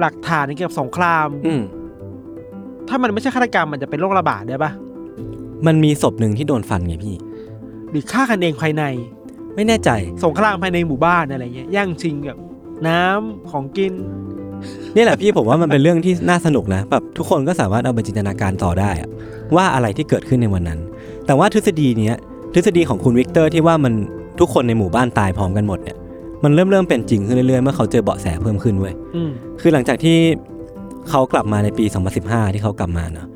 Speaker 3: หลักฐานเกี่ยวกับสงคราม
Speaker 2: อืม
Speaker 3: ถ้ามันไม่ใช่ฆาตกรรมมันจะเป็นโรคระบาดได้ปะ
Speaker 2: มันมีศพหนึ่งที่โดนฟันไงพี่
Speaker 3: หรือฆ่ากันเองภายใน
Speaker 2: ไม่แน่ใจ
Speaker 3: สงครามภายในหมู่บ้านอะไรเงี้ยแย่งชิงแบบน้ำของกิน
Speaker 2: นี่แหละพี่ผมว่ามันเป็นเรื่องที่น่าสนุกนะแบบทุกคนก็สามารถเอาไปจินตนาการต่อได้อะว่าอะไรที่เกิดขึ้นในวันนั้น แต่ว่าทฤษฎีเนี้ยทฤษฎีของคุณวิกเตอร์ที่ว่ามันทุกคนในหมู่บ้านตายพร้อมกันหมดเนี่ยมันเริ่มเริ่มเป็นจริงขึ้นเรื่อยๆเมื่อเขาเจอเบาะแสเพิ่มขึ้นเว้ย
Speaker 3: อืม
Speaker 2: คือหลังจากที่เขากลับมาในปี 2015 ที่เขากลับมาเนาะ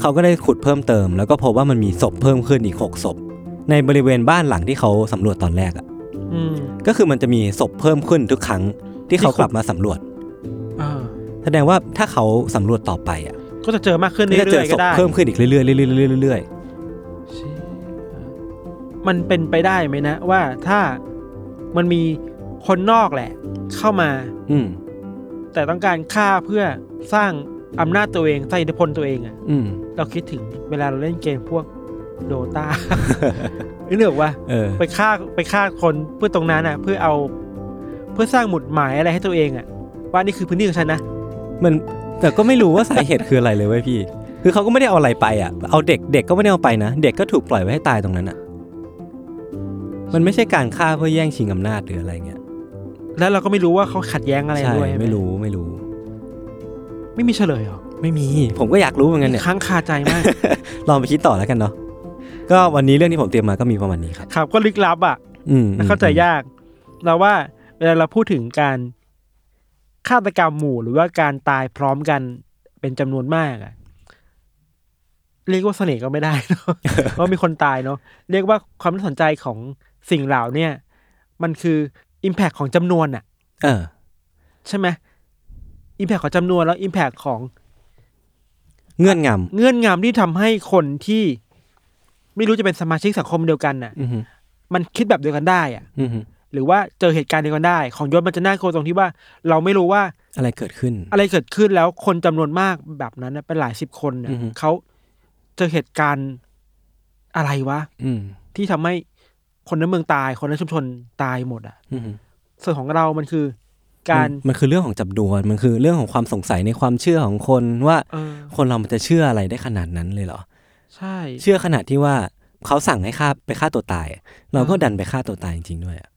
Speaker 2: เขาก็ได้ขุดเพิ่มเติม แล้วก็พบว่ามันมีศพเพิ่มขึ้นอีกหกศพในบริเวณบ้านหลังที่เขาสำรวจตอนแรกอะ
Speaker 3: อืม
Speaker 2: ก็คือมันจะมีศพเพิ่มขึ้นทุกครั้งที่เขากลับมาสำรวจ
Speaker 3: อ่า
Speaker 2: แสดงว่าถ้าเขาสำรวจต่อไปอ่ะ
Speaker 3: ก็จะเจอมากขึ้น
Speaker 2: ก็จะเจ
Speaker 3: เรื่
Speaker 2: อ
Speaker 3: อย
Speaker 2: ศ
Speaker 3: ๆก็
Speaker 2: พ
Speaker 3: ได้
Speaker 2: เพิ่มขึ้นอีกเรื่อยๆเรื่อยๆเรื่อยๆเรื่อย
Speaker 3: มันเป็นไปได้ไหมนะ ว่าถ้ามันมีคนนอกแหละ เข้ามา
Speaker 2: ๆอืม
Speaker 3: แต่ต้องการฆ่าเพื่อสร้างอำนาจตัวเองสร้างอิทธิพลตัวเองอะ
Speaker 2: อืม
Speaker 3: เราคิดถึงเวลาเราเล่นเกมพวกโดตา นึกออกว่า
Speaker 2: เออ
Speaker 3: ไปฆ่าไปฆ่าคนเพื่อตรงนั้นอ่ะ เพื่อเอา เพื่อสร้างหมุดหมายอะไรให้ตัวเองอ่ะ ว่านี่คือพื้นที่ของฉันนะ
Speaker 2: มันแต่ก็ไม่รู้ว่าสาเหตุ คืออะไรเลยเว้ยพี่ คือเขาก็ไม่ได้เอาอะไรไปอ่ะเอาเด็กเด็กก็ไม่ได้เอาไปนะ เด็กก็ถูกปล่อยไว้ให้ตายตรงนั้นอ่ะ มันไม่ใช่การฆ่าเพื่อแย่งชิงอำนาจหรืออะไรเงี้ย
Speaker 3: แล้วเราก็ไม่รู้ว่าเขาขัดแย้งอะไร
Speaker 2: ใช่
Speaker 3: ด้วยใช่ห
Speaker 2: ไม่รู้ไม่รู้
Speaker 3: ไม่มีเฉลยหรอ
Speaker 2: ไม่มี ผมก็อยากรู้เหมือนกันเนี่ย
Speaker 3: ค้างคาใจมาก
Speaker 2: ลองไปคิดต่อแล้วกันเนาะก็วันนี้เรื่องที่ผมเตรียมมาก็มีประมาณนี้ครับ
Speaker 3: ครับก็ลึกลับอ่ะ
Speaker 2: อืม
Speaker 3: และเข้าใจยาก เราว่าเวลาเราพูดถึงการฆาตกรรมหมู่หรือว่าการตายพร้อมกันเป็นจำนวนมากอ่ะ เรียกว่าเสน่ห์ก็ไม่ได้เนาะ เพราะมีคนตายเนาะเรียกว่าความน่าสนใจของสิ่งเหล่าเนี่ยมันคืออิมแพคของจำนวนอ่ะ
Speaker 2: เออ
Speaker 3: ใช่ไหมอิมแพคของจำนวนแล้วอิมแพคของ
Speaker 2: เงื่อนง
Speaker 3: เงื่อนงำที่ทำให้คนที่ ไม่รู้จะเป็นสมาชิกสังคมเดียวกันน่ะ
Speaker 2: ำอืม
Speaker 3: มันคิดแบบเดียวกันได้อ่ะ
Speaker 2: อืม
Speaker 3: หรือว่าเจอเหตุการณ์เดียวกันได้ ของยศมันจะน่ากลัวตรงที่ว่า เราไม่รู้ว่า
Speaker 2: อะไรเกิดขึ้น
Speaker 3: อะไรเกิดขึ้นแล้วคนจำนวนมากแบบนั้นน่ะเป็นหลายสิบคนน่ะ
Speaker 2: อือฮึ
Speaker 3: เขาเจอเหตุการณ์อะไรวะ
Speaker 2: อืม
Speaker 3: ที่ทำให้คนในเมืองตายคนในชุมชนตายหมดอ่ะ
Speaker 2: อืม
Speaker 3: ส่วนของเรามันคือ การ
Speaker 2: มันมันคือเรื่องของจับดวน มันคือเรื่องของความสงสัยในความเชื่อของคนว่า
Speaker 3: เออ
Speaker 2: คนเรามันจะเชื่ออะไรได้ขนาดนั้นเลยเหรอ
Speaker 3: ใช่
Speaker 2: เชื่อขนาดที่ว่าเขาสั่งให้ฆ่าไปฆ่าตัวตายอะเราก็ดันไปฆ่าตัวตายจริงๆด้วยอะ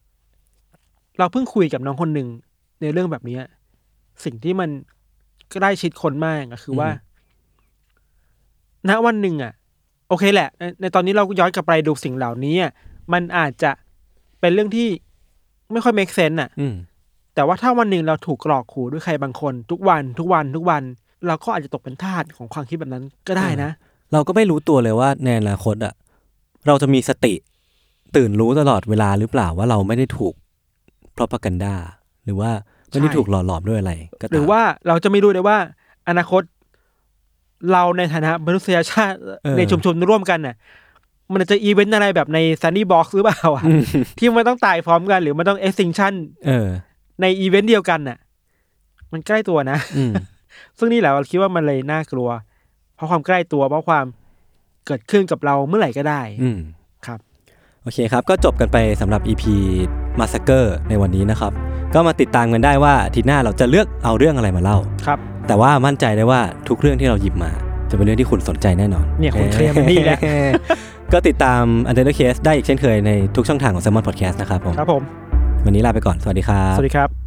Speaker 3: เราเพิ่งคุยกับน้องคนหนึ่งในเรื่องแบบเนี้ยสิ่งที่มันใกล้ชิดคนมากอะคือว่า ณวันหนึ่งอ่ะ โอเคแหละในในตอนนี้เราย้อนกลับไปดูสิ่งเหล่านี้อะมันอาจจะเป็นเรื่องที่ไม่ค่อย make sense อ่ะ
Speaker 2: อืม
Speaker 3: แต่ว่าถ้าวันหนึ่งเราถูกกรอกขู่ด้วยใครบางคน ทุกวัน ทุกวัน ทุกวัน เราก็อาจจะตกเป็นทาสของความคิดแบบนั้นก็ได้นะ
Speaker 2: เราก็ไม่รู้ตัวเลยว่าในอนาคตอ่ะเราจะมีสติตื่นรู้ตลอดเวลาหรือเปล่าว่าเราไม่ได้ถูกพร o พกันดาหรือว่าไม่ได้
Speaker 3: ใช่
Speaker 2: ถูกหล่อหลอมด้วยอะไรก็ตาม
Speaker 3: หรือว่าเราจะไม่รู้เลยว่า อนาคต เราในฐานะมนุษยชาติในชุมชนร่วมกันน่ะ มันจะอีเวนต์อะไรแบบในซันนี่บ็อกซ์หรือเปล่า อะที่มันต้องตายพร้อมกัน หรือมันต้องเอ็กซิงชัน
Speaker 2: เออ
Speaker 3: ในอีเวนต์เดียวกันน่ะ มันใกล้ตัวนะ
Speaker 2: อืม
Speaker 3: ซึ่งนี่แหละเราคิดว่ามันเลยน่ากลัว เพราะความใกล้ตัวเพราะความเกิดขึ้นกับเราเมื่อไหร่ก็ได้
Speaker 2: อืม
Speaker 3: ครับ
Speaker 2: โอเคครับ ก็จบกันไปสำหรับ EP m a s s a c r e ในวันนี้นะครับ ก็มาติดตามกันได้ว่าอาทีหน้าเราจะเลือกเอาเรื่องอะไรมาเล่า
Speaker 3: ครับ
Speaker 2: แต่ว่ามั่นใจได้ว่าทุกเรื่องที่เราหยิบมา จะเป็นเรื่องที่คุณสนใจแน่นอน
Speaker 3: เนี่ยคุณเคลียร์มันนี่แหละ
Speaker 2: ก็ติดตาม u n d e r the Case ได้อีกเช่นเคยในทุกช่องทางของ s ซ m o n Podcast นะครับผม
Speaker 3: ครับผม
Speaker 2: วันนี้ลาไปก่อน สวัสดีครับ
Speaker 3: สวัสดีครับ